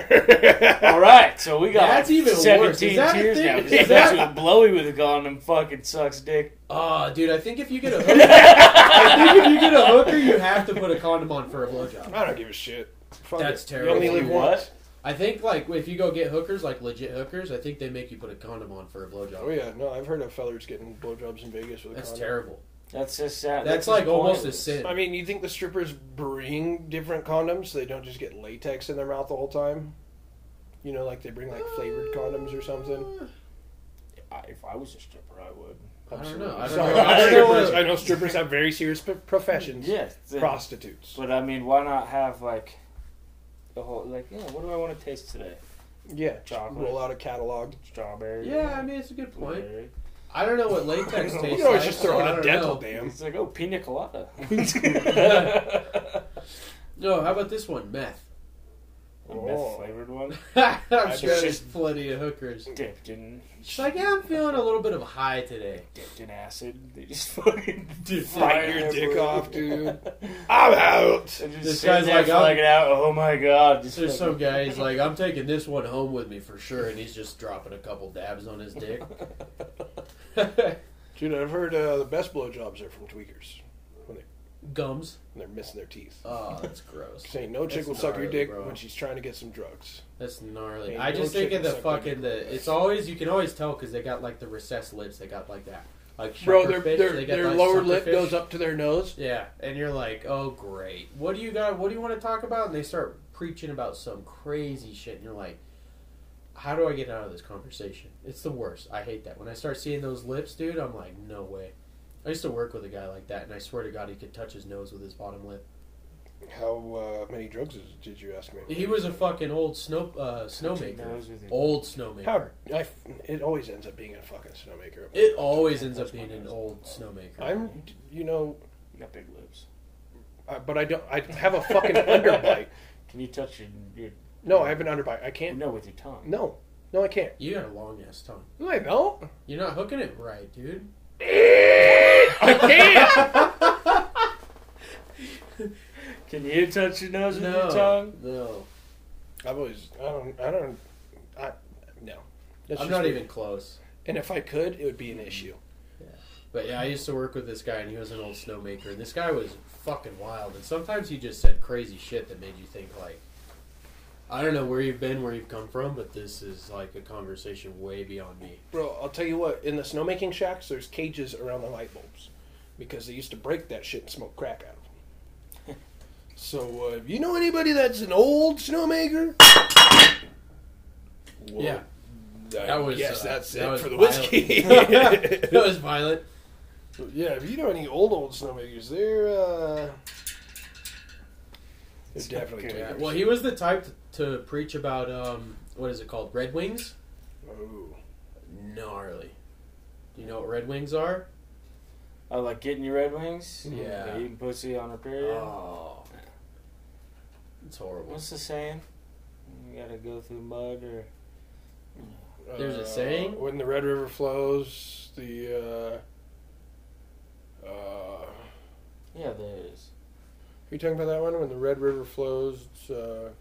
C: all right. So we got
B: That's even worse.
C: seventeen
B: Is that a
C: tiers
B: thing?
C: now.
B: Is
C: Because
B: that-
C: that's what blowy with a condom fucking sucks dick.
B: Oh, dude, I think if you get a hooker, I think if you get a hooker, you have to put a condom on for a blowjob.
D: I don't give a shit. Fuck
B: That's
D: it.
B: terrible.
D: You only live
C: You what?
D: once.
B: I think like if you go get hookers, like legit hookers, I think they make you put a condom on for a blowjob.
D: Oh yeah, no, I've heard of fellers getting blowjobs in Vegas with a
B: That's
D: condom.
B: terrible.
C: That's just sad.
B: That's
C: just
B: like almost
C: pointless.
B: a sin.
D: I mean, you think the strippers bring different condoms so they don't just get latex in their mouth the whole time? You know, like they bring like flavored condoms or something.
C: I, if I was a stripper, I would.
B: I don't know. I don't
D: Sorry,
B: know. I
D: I,
B: don't
D: know uh,
B: know.
D: strippers, I know strippers have very serious p- professions.
C: Yes. then-
D: Prostitutes.
C: But I mean, why not have like the whole like yeah? What do I want to taste today?
D: Yeah,
C: Chocolate.
D: roll out a catalog.
C: Strawberry.
B: Yeah, I mean it's a good point.
C: blueberry.
B: I don't know what latex
D: You
B: tastes like.
D: can always just throw
B: so
D: in
B: I
D: a
B: don't
D: dental
B: know.
D: dam.
C: It's like oh, pina colada.
B: No, how about this one? Meth.
C: Meth flavored one
B: Oh. I'm sure
C: just-
B: there's plenty of hookers.
C: dipped in
B: She's like, yeah, I'm feeling a little bit of a high today.
C: dipped in acid. They just fucking
D: Bite your
C: fire
D: dick
C: everywhere.
D: off, dude. I'm out.
C: And just
B: This
C: sitting
B: guy's
C: there
B: like, I'm-
C: fucking out. Oh my god! Just
B: There's some
C: fucking-
B: guy, he's like, I'm taking this one home with me for sure, and he's just dropping a couple dabs on his dick.
D: Dude, I've heard uh, the best blowjobs are from tweakers
B: Gums.
D: when they're missing their teeth.
B: Oh, that's gross.
D: Saying no chick
B: That's
D: will suck your
B: gnarly,
D: dick
B: bro.
D: when she's trying to get some drugs.
B: That's gnarly.
D: Ain't
B: I
D: no
B: just think of
D: chicken
B: the
D: suck my
B: fucking
D: dick.
B: the. It's always you can always tell because they got like the recessed lips. They got like that, like
D: Bro,
B: sucker
D: their
B: fish,
D: their,
B: they got,
D: their
B: like,
D: lower
B: sucker
D: lip
B: fish.
D: goes up to their nose.
B: Yeah, and you're like, oh great, what do you got? What do you want to talk about? And they start preaching about some crazy shit, and you're like, how do I get out of this conversation? It's the worst. I hate that when I start seeing those lips, dude. I'm like, no way. I used to work with a guy like that, and I swear to God, he could touch his nose with his bottom lip.
D: How uh, many drugs is- did you ask me?
B: He was a fucking old snow uh, snowmaker,
C: Nose with your-
B: old snowmaker.
D: How, I, it always ends up being a fucking snowmaker.
B: It always ends up being an old snowmaker.
D: I'm, you know,
C: You got big lips.
D: uh, but I don't. I have a fucking underbite.
C: Can you touch your, your
D: No, I have an underbite. I can't.
C: no with your tongue?
D: No, no, I can't.
B: You got a long ass tongue.
D: No, I don't.
B: You're not hooking it right, dude.
D: I can't.
C: Can you touch your nose with your
B: No,
C: tongue?
B: no.
D: I've always. I don't. I don't. I no. That's
B: I'm
D: just
B: not
D: me.
B: even close.
D: And if I could, it would be an issue.
B: But yeah, I used to work with this guy, and he was an old snowmaker. And this guy was fucking wild. And sometimes he just said crazy shit that made you think like, I don't know where you've been, where you've come from, but this is like a conversation way beyond me.
D: Bro, I'll tell you what. In the snowmaking shacks, there's cages around the light bulbs because they used to break that shit and smoke crack out of them. so, uh, if you know anybody that's an old snowmaker, Whoa.
B: Yeah.
D: that
B: That was,
D: Yes,
B: uh,
D: that's
B: that
D: it
B: was
D: for the
B: violent.
D: whiskey.
B: It was violent.
D: yeah, if you know any old old snowmakers, they're uh, they're definitely
C: Okay.
B: Yeah.
D: tweakers.
B: Well, he was the type to, to preach about um, what is it called, Red Wings?
D: Oh.
B: Gnarly. Do you know what Red Wings are?
C: Oh, like getting your Red Wings?
B: Yeah.
C: Like eating pussy on a period?
B: Oh, it's horrible.
C: What's the saying? You gotta go through mud or.
B: There's a saying?
D: Uh, when the Red River flows, the uh, uh, are
C: Yeah, there is.
D: you talking about that one? When the Red River flows, it's, uh,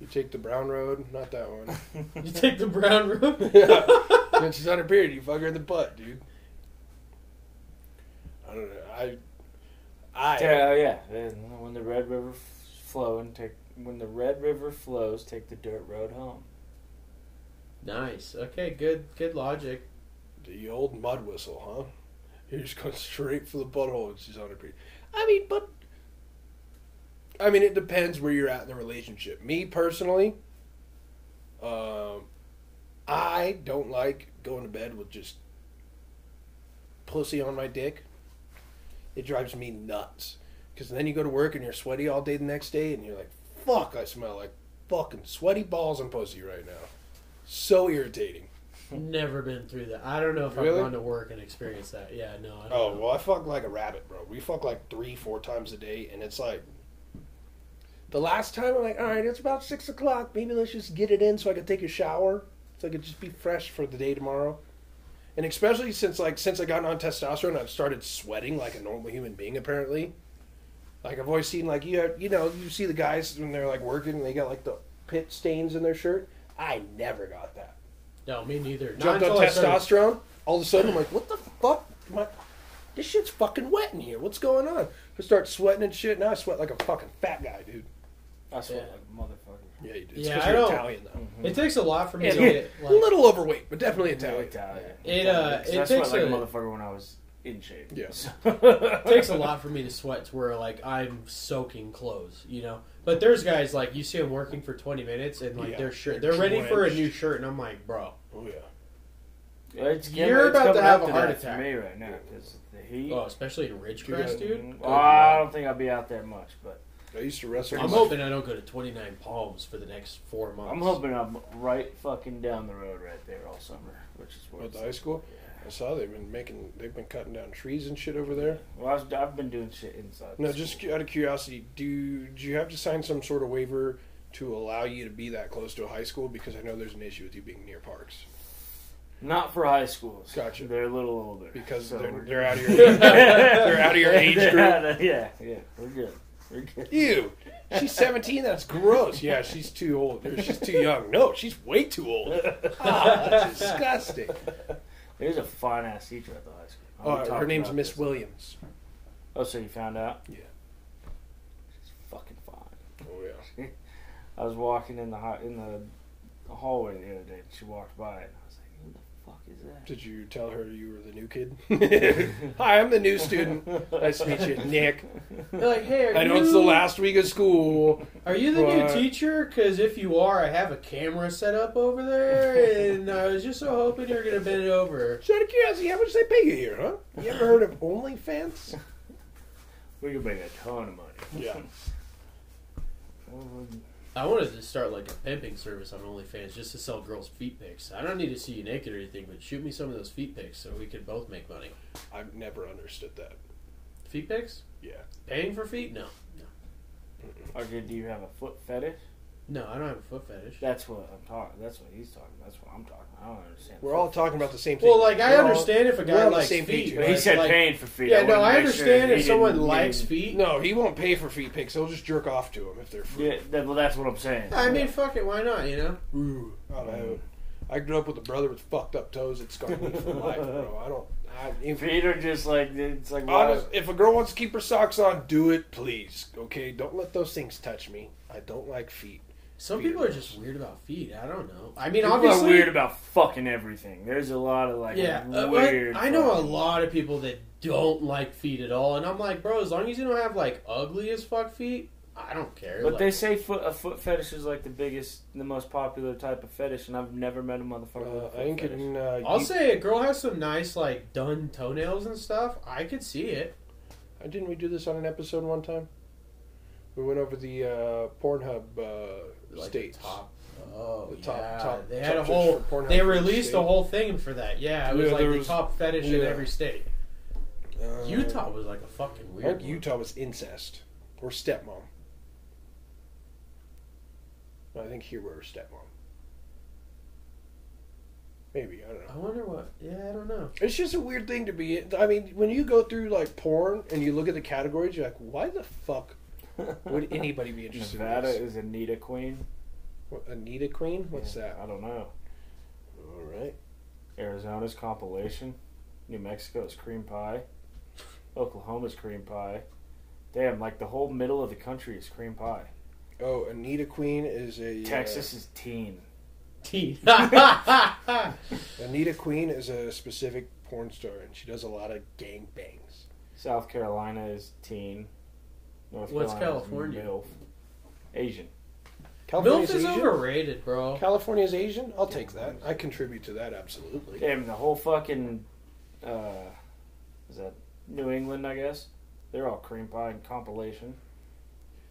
D: you take the brown road, not that one.
B: You take the brown room.
D: Yeah. when she's on her period, you fuck her in the butt, dude. I don't know. I, I
C: Yeah, oh, yeah. Then When the Red River f- flow and take when the Red River flows, take the dirt road home.
B: nice. Okay. Good. Good logic.
D: the old mud whistle, huh? You're just going straight for the butthole when she's on her period. I mean, but I mean, it depends where you're at in the relationship. Me personally, um, I don't like going to bed with just pussy on my dick. It drives me nuts because then you go to work and you're sweaty all day the next day, and you're like, "Fuck, I smell like fucking sweaty balls and pussy right now." So irritating.
B: Never been through that. I don't know if
D: Really?
B: I've gone to work and experienced that. Yeah. No. I don't
D: Oh
B: know.
D: well, I fuck like a rabbit, bro. We fuck like three, four times a day, and it's like the last time I'm like, all right, it's about six o'clock. Maybe let's just get it in so I can take a shower, so I could just be fresh for the day tomorrow. And especially since like since I got on testosterone, I've started sweating like a normal human being. Apparently, Like I've always seen, like you have, you know, you see the guys when they're like working, and they got like the pit stains in their shirt. I never got that.
B: No, me neither. Not
D: Jumped on
B: until I started-
D: testosterone. All of a sudden, I'm like, what the fuck? My, this shit's fucking wet in here. What's going on? I start sweating and shit. Now I sweat like a fucking fat guy, dude.
C: I sweat
B: Yeah.
C: like a motherfucker.
D: Yeah, you do.
B: It's Yeah, 'cause I Mm-hmm. you're don't-
D: Italian, though.
B: It takes a lot for me
D: Yeah,
B: to
D: yeah.
B: get
D: a
B: like.
D: little overweight, but definitely Italian.
C: Italian.
B: It, uh,
C: Because
B: it
C: I sweat
B: takes
C: like a
B: a-
C: motherfucker when I was in shape.
D: Yeah.
C: So-
B: It takes a lot for me to sweat to where like I'm soaking clothes, you know. But there's guys like you see them working for 20 minutes and like
D: Yeah,
B: their shirt,
D: they're
B: they're ready for a
D: drenched.
B: new shirt, and I'm like, bro,
D: Oh yeah.
C: It's
B: You're about to
C: coming
B: have
C: up
B: a heart
C: that for
B: attack.
C: me right now because the heat.
B: oh, especially in Ridgecrest,
D: Yeah.
B: dude.
C: Well, I don't think I'll be out there much, but
D: I used to wrestle.
B: I'm hoping I don't go to 29 Palms for the next four months.
C: I'm hoping I'm right fucking down the road right there all summer, which is what.
D: at the
C: it's-
D: high school. I saw they've been making, they've been cutting down trees and shit over there.
C: Well, I've, I've been doing shit inside.
D: No,
C: the
D: just
C: school.
D: out of curiosity, do do you have to sign some sort of waiver to allow you to be that close to a high school? Because I know there's an issue with you being near parks
C: not for high schools.
D: Gotcha.
C: They're a little older
D: because
C: so
D: they're
C: we're-
D: they're out of your
C: they're
D: out of your age group.
C: outta- yeah, yeah, we're good. We're good.
D: ew. She's 17. That's gross. Yeah, she's too old. Or she's too young. No, she's way too old. Ah, that's disgusting.
C: There's a fine ass teacher at the high
B: Uh,
C: school. I'll be
D: Oh, her
C: talking
D: name's
C: about
D: Miss
C: this.
D: Williams.
C: Oh, so you found out?
D: Yeah.
C: She's fucking fine.
D: Oh yeah.
C: I was walking in the hot in the hallway the other day, and she walked by, and I was like, "Who the fuck is that?"
D: Did you tell her you were the new kid? Hi, I'm the new student. Nice to meet you, Nick.
B: They're like, hey, are
D: I know
B: you,
D: it's the last week of school.
B: Are you the
D: but-
B: new teacher? Because if you are, I have a camera set up over there, and I was just so hoping you were gonna bend it over.
D: So out of curiosity, how much they pay you here, huh? You ever heard of OnlyFans?
C: We could make a ton of money.
D: Yeah.
C: Um,
B: I wanted to start like a pimping service on OnlyFans just to sell girls' feet pics. I don't need to see you naked or anything, but shoot me some of those feet pics so we could both make money.
D: I've never understood that.
B: Feet pics?
D: Yeah.
B: Paying for feet? No.
C: Okay, do you have a foot fetish?
B: No, I don't have a foot fetish.
C: That's what I'm talking. That's what he's talking. That's what I'm talking. I don't understand.
D: We're all talking about the same thing.
B: Well, like I
D: We're all-
B: understand if a
D: we're
B: guy
D: on the
B: likes
D: same
B: feet.
D: page,
C: But
B: but
C: he said
B: like-
C: paying for feet. I
B: Yeah, no,
C: wanted
B: I
C: to make sure
B: understand
C: he
B: if someone
C: didn't-
B: likes
C: didn't-
B: feet.
D: No, he won't pay for feet pics. He'll just jerk off to him if they're free.
C: Yeah, that, well, that's what I'm saying.
B: I mean, fuck it, why not? You know.
D: Ooh, God, I, would- I grew up with a brother with fucked up toes that scarred me for life, bro. I don't. I, if,
C: feet are just like it's like why-
D: honest, if a girl wants to keep her socks on, do it, please. Okay, don't let those things touch me. I don't like feet.
B: Some
D: Feet
B: people
D: are
B: are just weird about feet. I don't know. I mean,
C: People
B: obviously,
C: are weird about fucking everything. There's a lot of like
B: yeah. uh, but
C: weird.
B: I know a
C: fucking-
B: lot of people that don't like feet at all, and I'm like, bro, as long as you don't have like ugly as fuck feet, I don't care.
C: But
B: like,
C: they say foot a foot fetish is like the biggest, the most popular type of fetish, and I've never met a motherfucker. with
D: Uh,
C: a
D: I
C: foot
D: think
C: fetish.
D: in uh,
B: I'll
D: you-
B: say a girl has some nice like done toenails and stuff. I could see it.
D: Uh, Didn't we do this on an episode one time? We went over the uh, Pornhub uh,
B: Like
D: states.
B: the top. Oh,
D: The top-
B: yeah.
D: top-
B: they
D: top
B: had a
D: tips
B: whole.
D: for Pornhub
B: They
D: for each
B: released a
D: state.
B: whole thing for that. Yeah, it was
D: Yeah,
B: like
D: there
B: the
D: was-
B: top fetish in
D: yeah.
B: every state.
D: Uh,
B: Utah was like a fucking
D: I
B: weird.
D: think
B: one.
D: Utah was incest or stepmom. I think here we were stepmom. Maybe I don't know.
B: I wonder what. Yeah, I don't know.
D: It's just a weird thing to be. I mean, when you go through like porn and you look at the categories, you're like, why the fuck would anybody be interested
C: Nevada
D: in this?
C: is Anita Queen.
D: What, Anita Queen? What's
C: Yeah, I
D: that?
C: don't know.
D: All right.
C: Arizona's compilation. New Mexico's cream pie. Oklahoma's cream pie. Damn, like the whole middle of the country is cream pie.
D: Oh, Anita Queen is a uh,
C: Texas is teen.
B: Teeth.
D: Anita Queen is a specific porn star, and she does a lot of gang bangs.
C: South Carolina is teen. North
B: What's
C: Carolina
B: California?
C: Is MILF. Asian.
B: MILF
D: California's
B: is
D: Asian.
B: overrated, bro.
D: California's Asian. I'll take that. I contribute to that absolutely.
C: Damn, the whole fucking uh, is that New England? I guess they're all cream pie and compilation.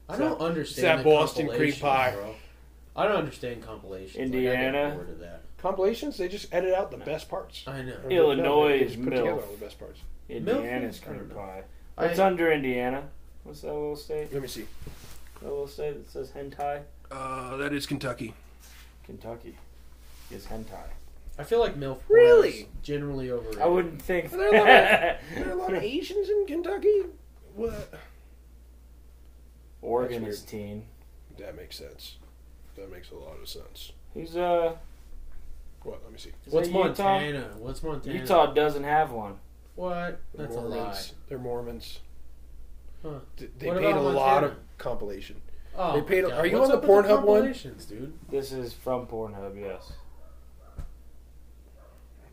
B: I
D: It's that-
B: don't understand.
D: that
B: the
D: Boston cream
B: compilations,
D: pie.
B: bro. I don't understand compilations. Like, I
C: Indiana.
B: get bored of that.
D: Compilations, they just edit out the best parts.
B: I know.
D: Or,
C: Illinois
D: they
C: is
D: just put together
C: MILF.
D: all the best parts.
C: Indiana's
B: is- I
C: cream
B: don't know.
C: pie.
B: I-
C: It's under Indiana. What's that little state?
D: Let me see.
C: That little state that says hentai.
D: Uh, that is Kentucky.
C: Kentucky is hentai.
B: I feel like MILF porn
D: Really?
B: is generally overrated.
C: I wouldn't think.
D: Are there a lot of- There are a lot of Asians in Kentucky. What?
C: Oregon
D: That's
C: is teen.
D: That makes sense. That makes a lot of sense.
C: Who's uh?
D: What? Let me see.
C: is
B: What's
C: that Utah?
B: Montana? What's Montana?
C: Utah doesn't have one.
B: What?
D: They're
B: That's a lie.
D: Mormons. They're Mormons.
B: Huh.
D: Th- They
B: What
D: paid a
B: about
D: lot of
B: Montana?
D: compilation.
B: Oh,
D: They
B: my
D: paid a-
B: God.
D: are you
B: What's
D: on
B: up
D: the
B: with
D: Pornhub one?
B: compilations, dude?
C: This is from Pornhub. Yes.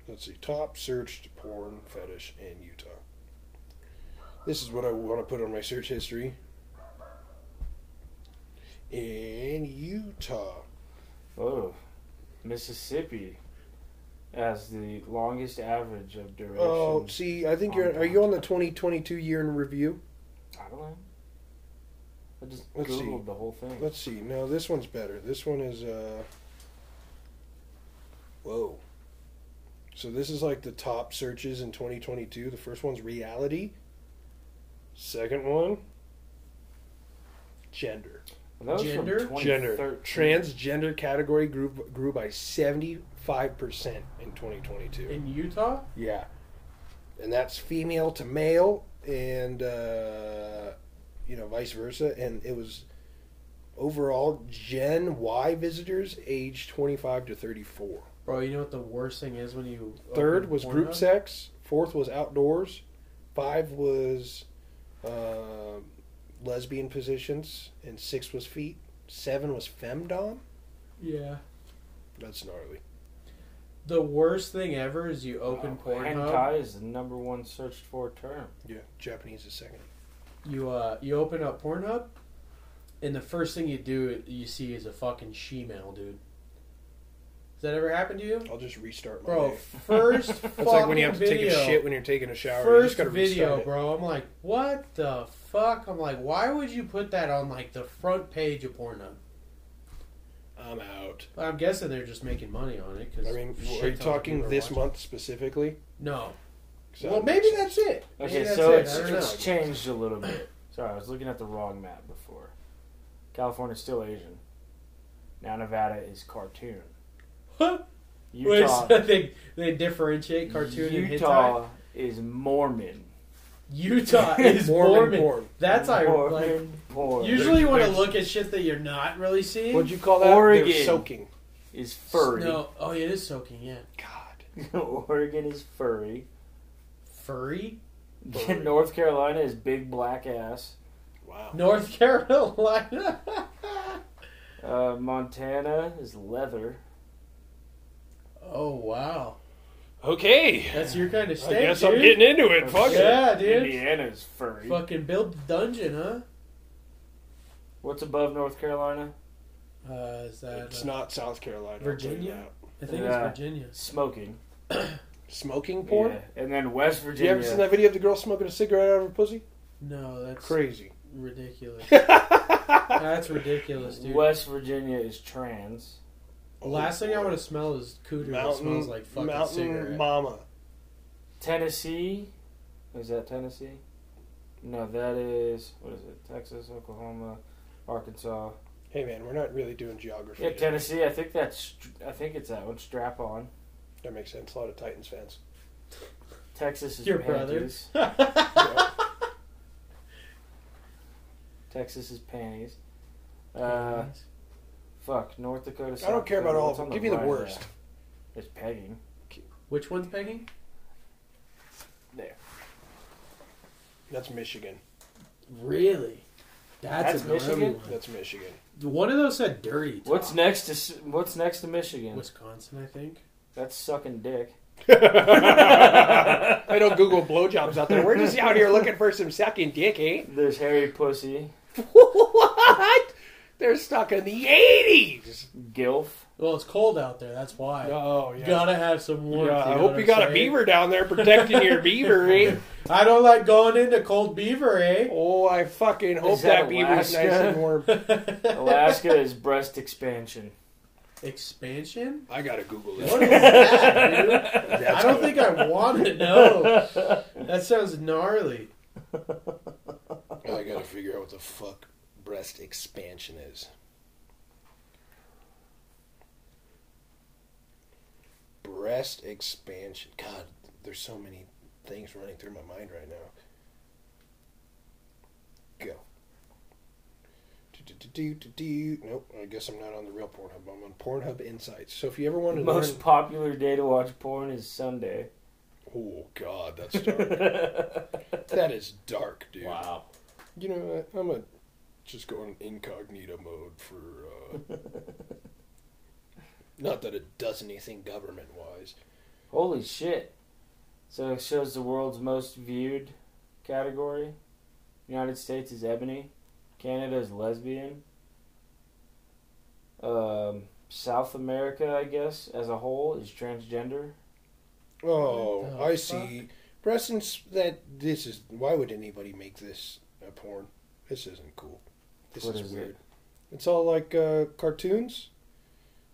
D: Let's see. Top searched porn fetish in Utah. This is what I want to put on my search history. In Utah.
C: Oh, Mississippi has the longest average of duration.
D: Oh, see, I think you're. Are you on the 2022 year in review?
C: I don't know. I just
D: Let's see.
C: googled the whole thing.
D: Let's see. No, this one's better. This one is. uh Whoa. So this is like the top searches in 2022. The first one's reality. Second one. Gender.
C: That was
B: Gender?
C: From
D: gender
C: 2013.
D: transgender category grew grew by 75% in 2022
B: In Utah?
D: yeah and that's female to male and uh, you know vice versa and it was overall gen y visitors aged 25 to 34
B: Bro, you know what the worst thing is when you
D: third
B: open
D: was group
B: Pornhub?
D: sex fourth was outdoors five was uh, lesbian positions and six was feet seven was femdom
B: Yeah.
D: that's gnarly
B: The worst thing ever is you open
C: Oh,
B: Pornhub.
C: Hentai is the number one searched for term.
D: Yeah, Japanese is second.
B: You uh, you open up Pornhub, and the first thing you do you see is a fucking shemale, dude. Has that ever happened to you,
D: I'll just restart my
B: bro?
D: day.
B: First fucking
D: That's like when you have to
B: video.
D: take a shit when you're taking a shower. you
B: First
D: just gotta
B: video,
D: restart it.
B: bro. I'm like, what the fuck? I'm like, why would you put that on like the front page of Pornhub?
D: I'm out.
B: I'm guessing they're just making money on it. Cause
D: I mean,
B: shit
D: are you
B: tons of people
D: talking
B: are
D: this
B: watching.
D: month specifically?
B: No.
D: 'Cause I
B: Well,
D: don't
B: maybe
D: know.
B: that's it. Maybe
C: Okay,
B: that's
C: so
B: it.
C: it's,
B: I don't
C: it's
B: know.
C: changed a little bit. Sorry, I was looking at the wrong map before. California's still Asian. Now Nevada is cartoon.
B: Huh? Wait,
C: Utah,
B: so they they differentiate cartoon and hentai.
C: Utah is Mormon.
B: Utah is Mormon.
D: porn.
B: That's ironic. Like,
C: Mormon porn
B: usually when I
D: There's-
B: look at shit that you're not really seeing.
D: What'd you call that?
C: Oregon.
D: They're soaking.
C: is furry.
B: No. Oh, yeah, it is soaking. Yeah.
D: God.
C: Oregon is furry.
B: Furry.
D: Furry.
C: North Carolina is big black ass.
D: Wow.
B: North Carolina.
C: Uh, Montana is leather.
B: oh wow,
D: Okay.
B: that's your kind of
D: I
B: state,
D: guess
B: dude.
D: I'm getting into it. Fuck it.
B: Yeah, dude.
C: Indiana is furry.
B: Fucking build the dungeon, huh?
C: What's above North Carolina?
B: Uh, is that?
D: It's
B: uh,
D: not South Carolina. I'll tell you
B: Virginia?
D: that.
B: I think
C: Yeah.
B: it's Virginia.
C: Smoking.
D: Smoking porn?
C: Yeah. And then West
D: You
C: Virginia.
D: ever seen that video of the girl smoking a cigarette out of her pussy?
B: No, that's
D: Crazy.
B: ridiculous. that's ridiculous, dude.
C: West Virginia is trans.
B: Last thing I want to smell is cooter that
D: Mountain,
B: smells like fucking
D: mountain
B: cigarette.
D: mama.
C: Tennessee. Is that Tennessee? No, that is. What is it? Texas, Oklahoma, Arkansas.
D: Hey man, we're not really doing geography.
C: Yeah,
D: today.
C: Tennessee. I think that's. I think it's that one. Strap on.
D: That makes sense. A lot of Titans fans.
C: Texas is
B: Your
C: panties.
D: Yeah.
C: Texas is panties. Uh, fuck. North Dakota.
D: I don't care about all of them. Give me the worst.
C: worst. It's pegging.
B: Which one's pegging?
D: That's Michigan.
B: Really? That's,
C: That's
B: a gnarly
C: Michigan?
B: one.
D: That's Michigan.
B: One of those said dirty. Talk.
C: What's next to S- What's next to Michigan?
B: Wisconsin, I think.
C: That's sucking dick.
D: I don't Google blowjobs out there. We're just out here looking for some sucking dick, eh?
C: There's hairy pussy.
D: what? They're stuck in the eighties.
C: Gilf.
B: Well, it's cold out there. That's why.
D: Oh yeah.
B: Gotta have some warmth.
D: Yeah,
B: know
D: I
B: what
D: hope you
B: I'm
D: got a
B: saying?
D: beaver down there protecting your beaver, eh?
B: I don't like going into cold beaver, eh?
D: Oh, I fucking hope
C: Is
D: that,
C: that
D: beaver is nice
C: Alaska?
D: and warm.
C: Alaska is breast expansion.
B: Expansion?
D: I gotta Google
B: What is that, dude? I don't think I want to know. That sounds gnarly.
D: I gotta figure out what the fuck breast expansion is. Breast expansion. God, there's so many things running through my mind right now. Go. do, do, do. Nope, I guess I'm not on the real Pornhub. I'm on Pornhub Insights. So if you ever want to
C: Most popular day to watch porn is Sunday.
D: learn, oh god, that's dark.
C: That's
D: that is dark, dude.
B: Wow.
D: You know, I, I'm a just go on incognito mode for. Uh, not that it does anything government wise.
C: Holy shit. So it shows the world's most viewed category. United States is ebony. Canada is lesbian. Um, South America, I guess, as a whole, is transgender.
D: Oh,
B: What the
D: I see. Presence that this is. Why would anybody make this a porn? This isn't cool. This
C: What
D: is
C: is it?
D: weird. It's all like uh, cartoons,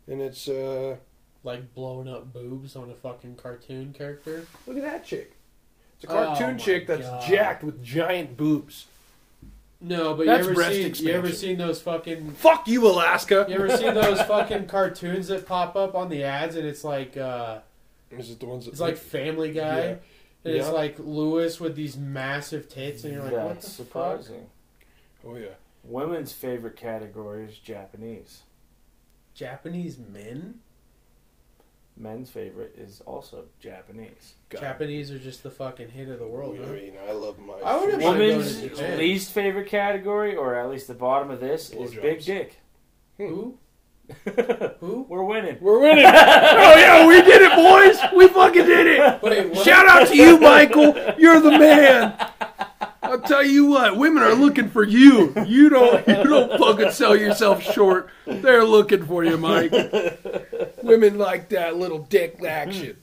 D: and it's uh,
B: Like blowing up boobs on a fucking cartoon character.
D: look at that chick. It's a
B: Oh
D: cartoon
B: my
D: chick that's
B: God.
D: jacked with giant boobs.
B: No, but
D: That's
B: you ever
D: breast
B: seen you ever
D: expansion.
B: seen those fucking
D: Fuck you, Alaska.
B: you ever seen those fucking cartoons that pop up on the ads and it's like uh
D: Is it the ones that
B: it's like Family Guy
D: Yeah.
B: and it's
D: Yeah.
B: like Lewis with these massive tits and you're like what the
C: That's
B: fuck?
C: surprising.
D: Oh yeah.
C: Women's favorite category is Japanese.
B: Japanese men?
C: Men's favorite is also Japanese.
D: God.
B: Japanese are just the fucking hit of the world.
D: I
B: Oh, huh?
D: mean, I love my.
B: I would've
D: food.
B: Well, maybe-
C: Women's
B: going to Japan.
C: least favorite category, or at least the bottom of this, is
D: Blowjobs.
C: big dick.
B: Who?
D: Hmm.
B: Who?
C: We're winning.
D: We're winning. oh yeah, we did it, boys. We fucking did it.
B: Wait, what?
D: Shout out to you, Michael. You're the man. I'll tell you what, women are looking for you. You don't you don't fucking sell yourself short. They're looking for you, Mike. Women like that little dick action.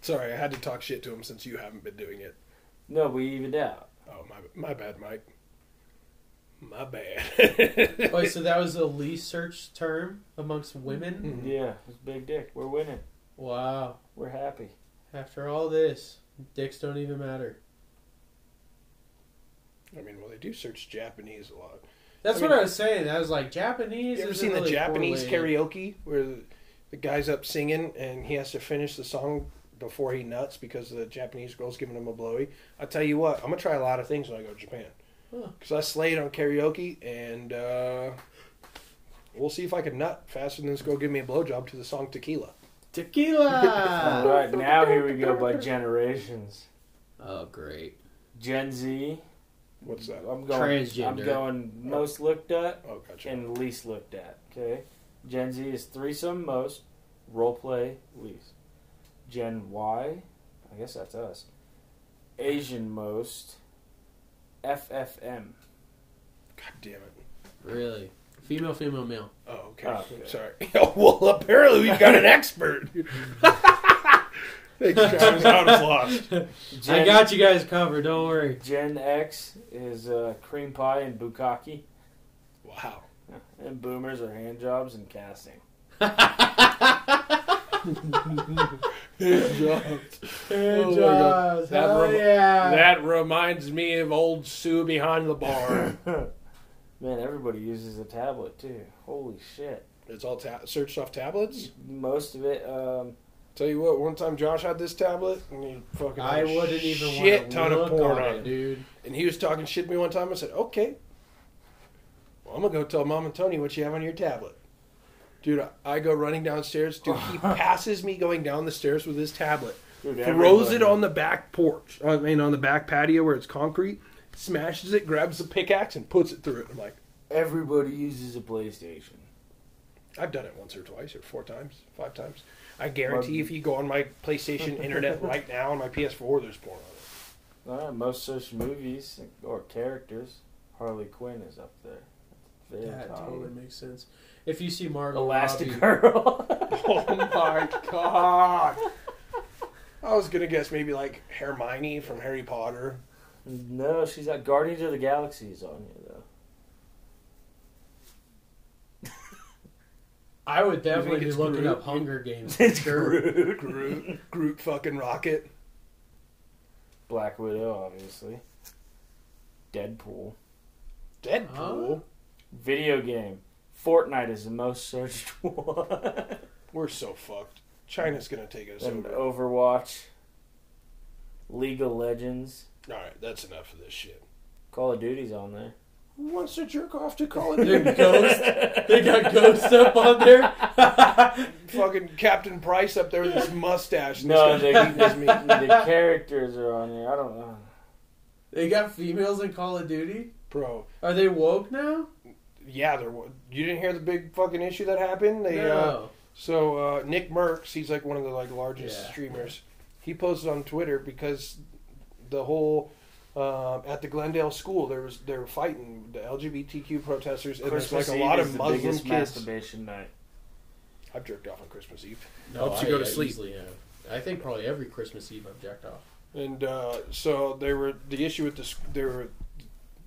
D: Sorry, I had to talk shit to him since you haven't been doing it.
C: No, we evened out.
D: Oh my my bad, Mike. My bad.
B: Wait, so that was the least searched term amongst
D: Hmm.
B: women?
C: Yeah, it's big dick. We're winning.
B: Wow.
C: We're happy.
B: After all this, dicks don't even matter.
D: I mean, well, they do search Japanese a lot.
B: That's
D: I
B: what
D: mean-
B: I was saying. I was like, Japanese.
D: You ever
B: isn't
D: seen the
B: really
D: Japanese
B: correlated.
D: karaoke where the, the guy's up singing and he has to finish the song before he nuts because the Japanese girl's giving him a blowy? I tell you what, I'm gonna try a lot of things when I go to Japan
B: Huh.
D: because I slayed on karaoke and uh, we'll see if I can nut faster than this girl giving me a blowjob to the song Tequila.
C: All
B: Tequila.
C: right, now here we go by generations.
B: oh, great.
C: Gen Z.
D: What's that?
C: I'm going. I'm
B: Transgender.
C: going most looked at
D: Oh, gotcha.
C: and least looked at. Okay. Gen Z is threesome most, role play least. Gen Y, I guess that's us. Asian most, FFM.
D: God damn it.
B: Really. Female, female, male.
D: Oh, okay.
C: Oh, okay.
D: Sorry. well, apparently we've got an expert. Thanks, Travis. I was lost.
C: Gen,
B: I got you guys covered. Don't worry.
C: Gen X is uh, cream pie and bukkake,
D: Wow.
C: and boomers are hand jobs and casting.
B: Good
D: my God.
B: jobs.
D: That
B: Hell
D: rem-
B: yeah.
D: That reminds me of old Sue behind the bar.
C: Man, everybody uses a tablet too. Holy shit.
D: it's all ta- searched off tablets.
C: Most of it, um,
D: Tell you what, one time Josh had this tablet and he fucking
B: I
D: had a
B: wouldn't even
D: shit
B: want to
D: ton
B: look
D: of
B: on,
D: porn on
B: it,
D: it.
B: dude.
D: And he was talking shit to me one time. I said, "Okay, well, I'm gonna go tell Mom and Tony what you have on your tablet." Dude, I- I go running downstairs. Dude, he passes me going down the stairs with his tablet.
C: dude,
D: throws
C: everybody-
D: it on the back porch. I mean, on the back patio where it's concrete, smashes it, grabs the pickaxe, and puts it through it. I'm like,
C: Everybody uses a PlayStation.
D: I've done it once or twice or four times, five times. I guarantee if you go on my PlayStation internet right now on my PS4, there's porn on it.
C: All right, most searched movies or characters. Harley Quinn is up there. Very
B: That
C: top.
B: totally makes sense. If you see Margot Robbie,
C: Elastigirl.
D: Oh my god! I was gonna guess maybe like Hermione from Harry Potter.
C: no, she's got Guardians of the Galaxy is on here though.
B: I would
D: think
B: definitely be
D: it's
B: looking
D: Groot?
B: up Hunger Games. for sure.
C: Groot.
D: Groot, Groot fucking Rocket.
C: Black Widow, obviously. Deadpool.
D: Deadpool.
C: Video game. Fortnite is the most searched one.
D: We're so fucked. China's gonna take us
C: and uh,
D: over.
C: Overwatch. League of Legends.
D: All right, that's enough of this shit.
C: Call of Duty's on there.
D: Who wants to jerk off to Call of
B: They're
D: Duty?
B: ghost. They got ghost up on there.
D: Fucking Captain Price up there with his mustache. and
C: No, the,
D: this guy gives me-
C: the characters are on there. I don't know.
B: they got females in Call of Duty.
D: bro.
B: Are they woke now?
D: Yeah, there. wa- You didn't hear the big fucking issue that happened. They, uh, So uh, Nick Merckx, he's like one of the like largest
B: Yeah.
D: streamers. He posted on Twitter because the whole uh, at the Glendale school there was they were fighting the LGBTQ protesters and there's like
C: Christmas
D: a
C: Eve
D: lot
C: is
D: of
C: the
D: Muslim
C: biggest
D: kids.
C: masturbation night.
D: I've jerked off on Christmas Eve,
B: No,
D: Helps
B: I,
D: you go to
B: I
D: sleep.
B: easily have. I think probably every Christmas Eve I've jacked off.
D: and uh, so they were the issue with this. There were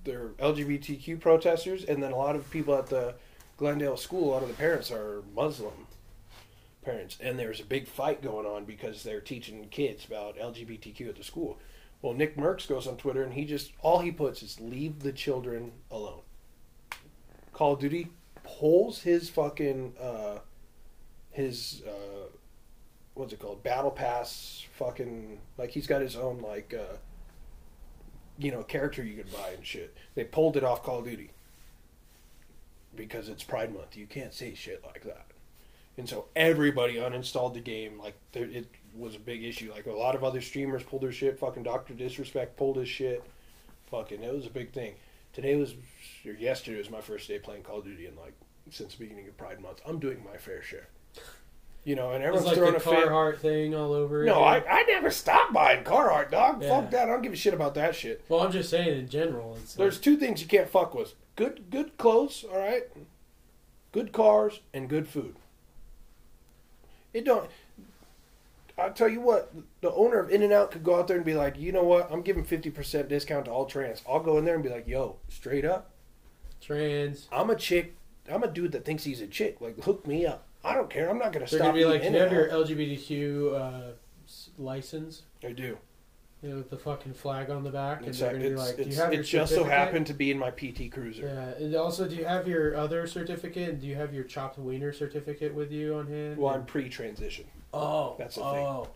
D: there were LGBTQ protesters, and then a lot of people at the Glendale school, a lot of the parents are Muslim parents, and there was a big fight going on because they're teaching kids about LGBTQ at the school. Well, Nick Merckx goes on Twitter and he just all he puts is "Leave the children alone." Call of Duty pulls his fucking uh, his uh, what's it called battle pass fucking like he's got his own like uh, you know character you could buy and shit. They pulled it off Call of Duty because it's Pride Month. You can't say shit like that. And so everybody uninstalled the game. Like there, it was a big issue. Like a lot of other streamers pulled their shit. Fucking Doctor Disrespect pulled his shit. Fucking it was a big thing. Today was or yesterday was my first day playing Call of Duty and like since the beginning of Pride Month. I'm doing my fair share. You know, and
B: It's
D: everyone's
B: like
D: throwing
B: the
D: a fit.
B: Carhartt thing all over.
D: No, I,
B: again.
D: I never stopped buying Carhartt, dog.
B: Yeah.
D: Fuck that. I don't give a shit about that shit.
B: Well, I'm just saying in general. It's like-
D: There's two things you can't fuck with: good good clothes, all right, good cars, and good food. It don't. I'll tell you what. The owner of In and Out could go out there and be like, you know what? I'm giving fifty percent discount to all trans. I'll go in there and be like, yo, straight up,
B: trans.
D: I'm a chick. I'm a dude that thinks he's a chick. Like, hook me up. I don't care. I'm not gonna
B: They're
D: stop.
B: gonna be
D: you
B: like,
D: in
B: you have
D: and
B: your
D: out.
B: LGBTQ uh, s- license,
D: I do.
B: you know, with the fucking flag on the back, and
D: It's,
B: they're gonna be
D: it's-
B: like, do you
D: it's-
B: have
D: it
B: your
D: just so
B: certificate?
D: happened to be in my PT Cruiser.
B: Yeah, and also, do you have your other certificate? Do you have your chopped wiener certificate with you on hand?
D: Well, I'm pre-transition.
B: oh,
D: That's the thing.
B: oh.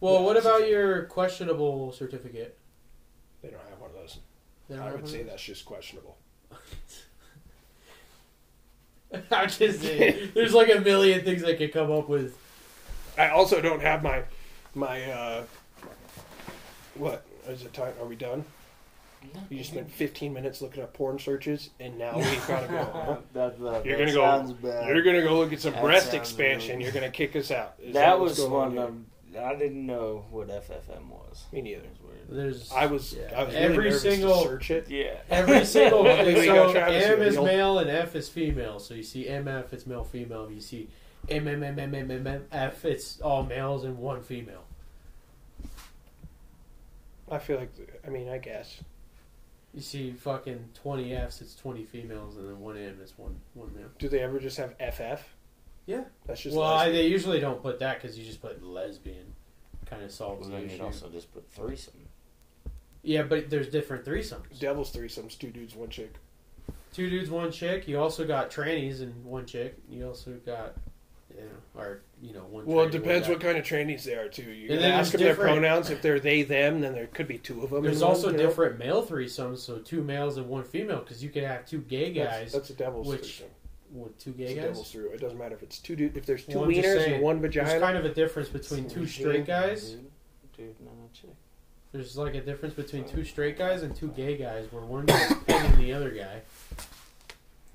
B: Well, what
D: That's the
B: about
D: thing.
B: your questionable certificate?
D: They don't have one of those.
B: They don't
D: I
B: have
D: would
B: one?
D: say that's just questionable.
B: I'm just saying, there's like a million things I could come up with.
D: I also don't have my my uh what is it time? Are we done? You just spent 15 minutes looking up porn searches, and now we've got to go.
C: that, that,
D: You're
C: that
D: gonna go-
C: sounds Bad.
D: You're gonna go look at some
C: That
D: breast
C: sounds
D: expansion.
C: really-
D: You're gonna kick us out. Is
C: that,
D: what's
C: was
D: going
C: one.
D: here?
C: Um, I didn't know what FFM was.
D: Me neither.
C: It was weird.
B: There's
D: I was,
B: Yeah.
D: I was really
B: every
D: nervous to
B: single
D: search it.
C: Yeah.
B: every single
D: Wait, wait, you
B: so
D: got Travis
B: M
D: here,
B: is
D: Neil.
B: male and F is female. So you see MF it's male female. You see MMMMMF it's all males and one female.
D: I feel like, I mean, I guess.
B: You see fucking twenty Fs it's twenty females and then one M is one one male.
D: Do they ever just have FF?
B: Yeah.
D: That's just.
B: well, I,
D: lesbian.
B: they usually don't put that because you just put lesbian. Kind of solves
C: Well,
B: the
C: then you'd
B: issue.
C: also just put threesome.
B: Yeah, but there's different threesomes.
D: Devil's threesomes, two dudes, one chick.
B: Two dudes, one chick. You also got trannies and one chick. You also got, you know, or you know, one.
D: Well, it
B: tranny, one
D: depends
B: guy.
D: what kind of trainees they are too. You
B: And
D: can
B: then
D: ask them
B: there's
D: their
B: different-
D: pronouns. If they're they them, then there could be two of them.
B: There's
D: in one,
B: also
D: you know?
B: different male threesomes, so two males and one female, because you could have two gay guys
D: That's, that's a devil's
B: which
D: threesome.
B: with two
D: It's
B: gay
D: a
B: guys.
D: devil's through. It doesn't matter if it's two. Dude, if there's two
B: Well, I'm just
D: wieners
B: saying,
D: and one
B: There's
D: vagina.
B: kind of a difference between two straight guys.
C: Dude, dude not a chick.
B: There's like a difference between two straight guys and two gay guys, where one guy's pegging the other guy.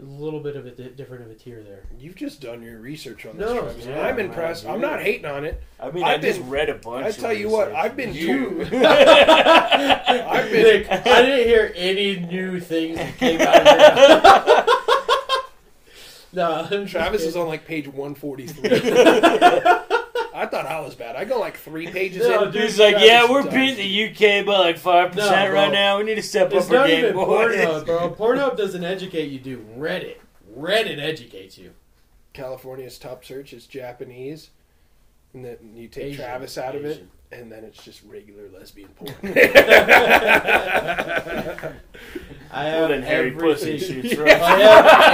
B: A little bit of a di- different of a tier there.
D: You've just done your research on
B: No,
D: this. Travis.
C: yeah,
D: I'm
C: man,
D: impressed. I'm
C: dude.
D: not hating on it.
C: I mean, i
D: I've
C: just
D: been-
C: read a bunch.
D: I
C: of
D: tell you what,
C: research.
D: I've been
B: You.
D: told-
B: I've
D: been-
B: Nick, I didn't hear any new things that came out of your No, I'm just
D: Travis is
B: kidding.
D: on like page 143. I thought I was bad. I go like three pages
B: No,
D: in.
B: dude,
C: He's like,
B: Travis
C: yeah, we're
B: sucks.
C: beating the UK by like five
B: No,
C: percent right
B: bro.
C: now. We need to step
B: It's
C: up our
B: not
C: game,
B: even
C: boys.
B: Pornhub, bro. Pornhub doesn't educate you, dude. Reddit. Reddit educates you.
D: California's top search is Japanese, and then you take
B: Asian.
D: Travis out of it.
B: Asian.
D: and then it's just regular lesbian porn.
B: I
C: Well,
B: have
C: then Harry Pussy
B: everything.
C: shoots
B: I
C: right.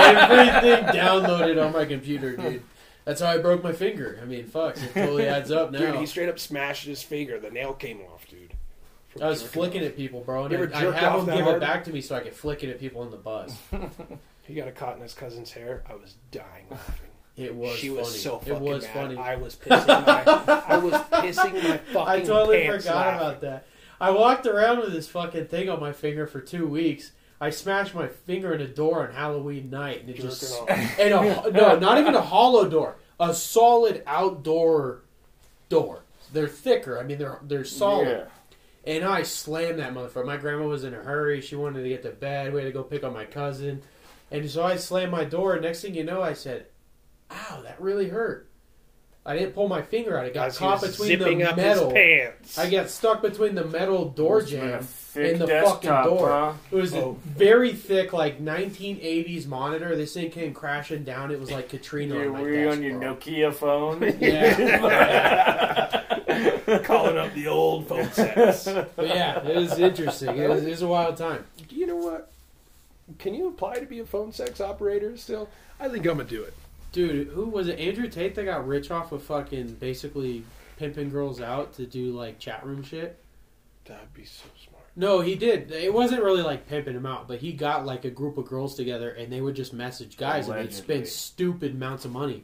B: have everything downloaded on my computer, dude. That's how I broke my finger. I mean, fuck, it totally adds up now.
D: Dude, he straight up smashed his finger. The nail came off, dude.
B: I was flicking at people, bro, and
D: You ever
B: I, I'd
D: jerked off
B: have them
D: that
B: give
D: hard?
B: it back to me so I could flick it at people in the bus.
D: He got a caught in his cousin's hair. I was dying laughing.
B: It was
A: she
B: funny.
A: was so fucking
B: it was
A: mad.
B: funny.
A: I was pissing my, I was pissing my fucking
B: I totally
A: pants
B: forgot
A: laughing.
B: about that. I walked around with this fucking thing on my finger for two weeks. I smashed my finger in a door on Halloween night, and it
D: Jerking
B: just
D: off.
B: and a, no, not even a hollow door, a solid outdoor door. They're thicker. I mean, they're they're solid.
C: Yeah.
B: And I slammed that motherfucker. My grandma was in a hurry. She wanted to get to bed. We had to go pick up my cousin. And so I slammed my door. Next thing you know, I said, ow, that really hurt. I didn't pull my finger out. It got
D: As he
B: caught
D: was
B: between the
D: zipping up
B: metal.
D: his pants.
B: I got stuck between the metal door
C: Must have been a
B: jam.
C: thick
B: in the
C: desktop,
B: fucking door.
C: huh?
B: It was
D: Oh.
B: a very thick, like 1980s monitor. This thing came crashing down. It was like Katrina
C: You
B: on my
C: were you
B: desk,
C: on your
B: bro.
C: Nokia phone?
A: Calling up the old folks' house.
B: But yeah, it was interesting. It was, it was a wild time.
D: Do you know what? Can you apply to be a phone sex operator still? I think I'm gonna do it.
B: Dude, who was it? Andrew Tate that got rich off of fucking basically pimping girls out to do like chat room shit.
D: That'd be so smart.
B: No, he did. It wasn't really like pimping him out, but he got like a group of girls together and they would just message guys and they'd
C: Allegedly.
B: spend stupid amounts of money.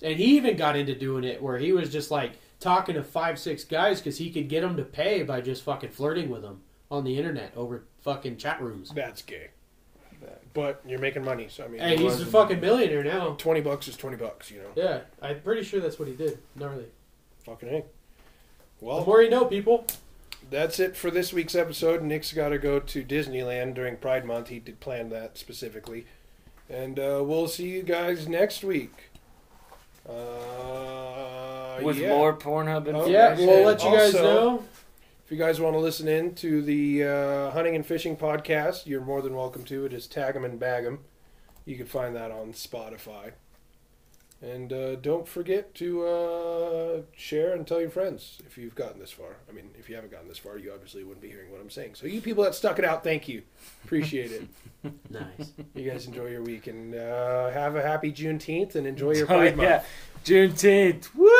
B: And he even got into doing it where he was just like talking to five, six guys because he could get them to pay by just fucking flirting with them on the internet over fucking chat rooms.
D: That's gay. But you're making money, so I mean,
B: Hey, he's a fucking millionaire now.
D: twenty bucks is twenty bucks. You know,
B: Yeah, I'm pretty sure that's what he did. Gnarly.
D: fucking hey.
B: The
D: Well,
B: more you know, people.
D: that's it for this week's episode. Nick's got to go to Disneyland during Pride Month. He did plan that specifically, and uh, we'll see you guys next week. Uh,
C: With
D: yeah.
C: more Pornhub
D: Oh,
C: information.
B: Yeah, we'll let you guys
D: Also-
B: know.
D: If you guys want to listen in to the uh, hunting and fishing podcast, you're more than welcome to. It is Tag 'em and Bag 'em. You can find that on Spotify. And uh, don't forget to uh, share and tell your friends if you've gotten this far. I mean, if you haven't gotten this far, you obviously wouldn't be hearing what I'm saying. So, you people that stuck it out, thank you. Appreciate it.
B: Nice.
D: You guys enjoy your week and uh, have a happy Juneteenth and enjoy your
C: Oh,
D: Pride Month.
C: yeah. Juneteenth. Woo!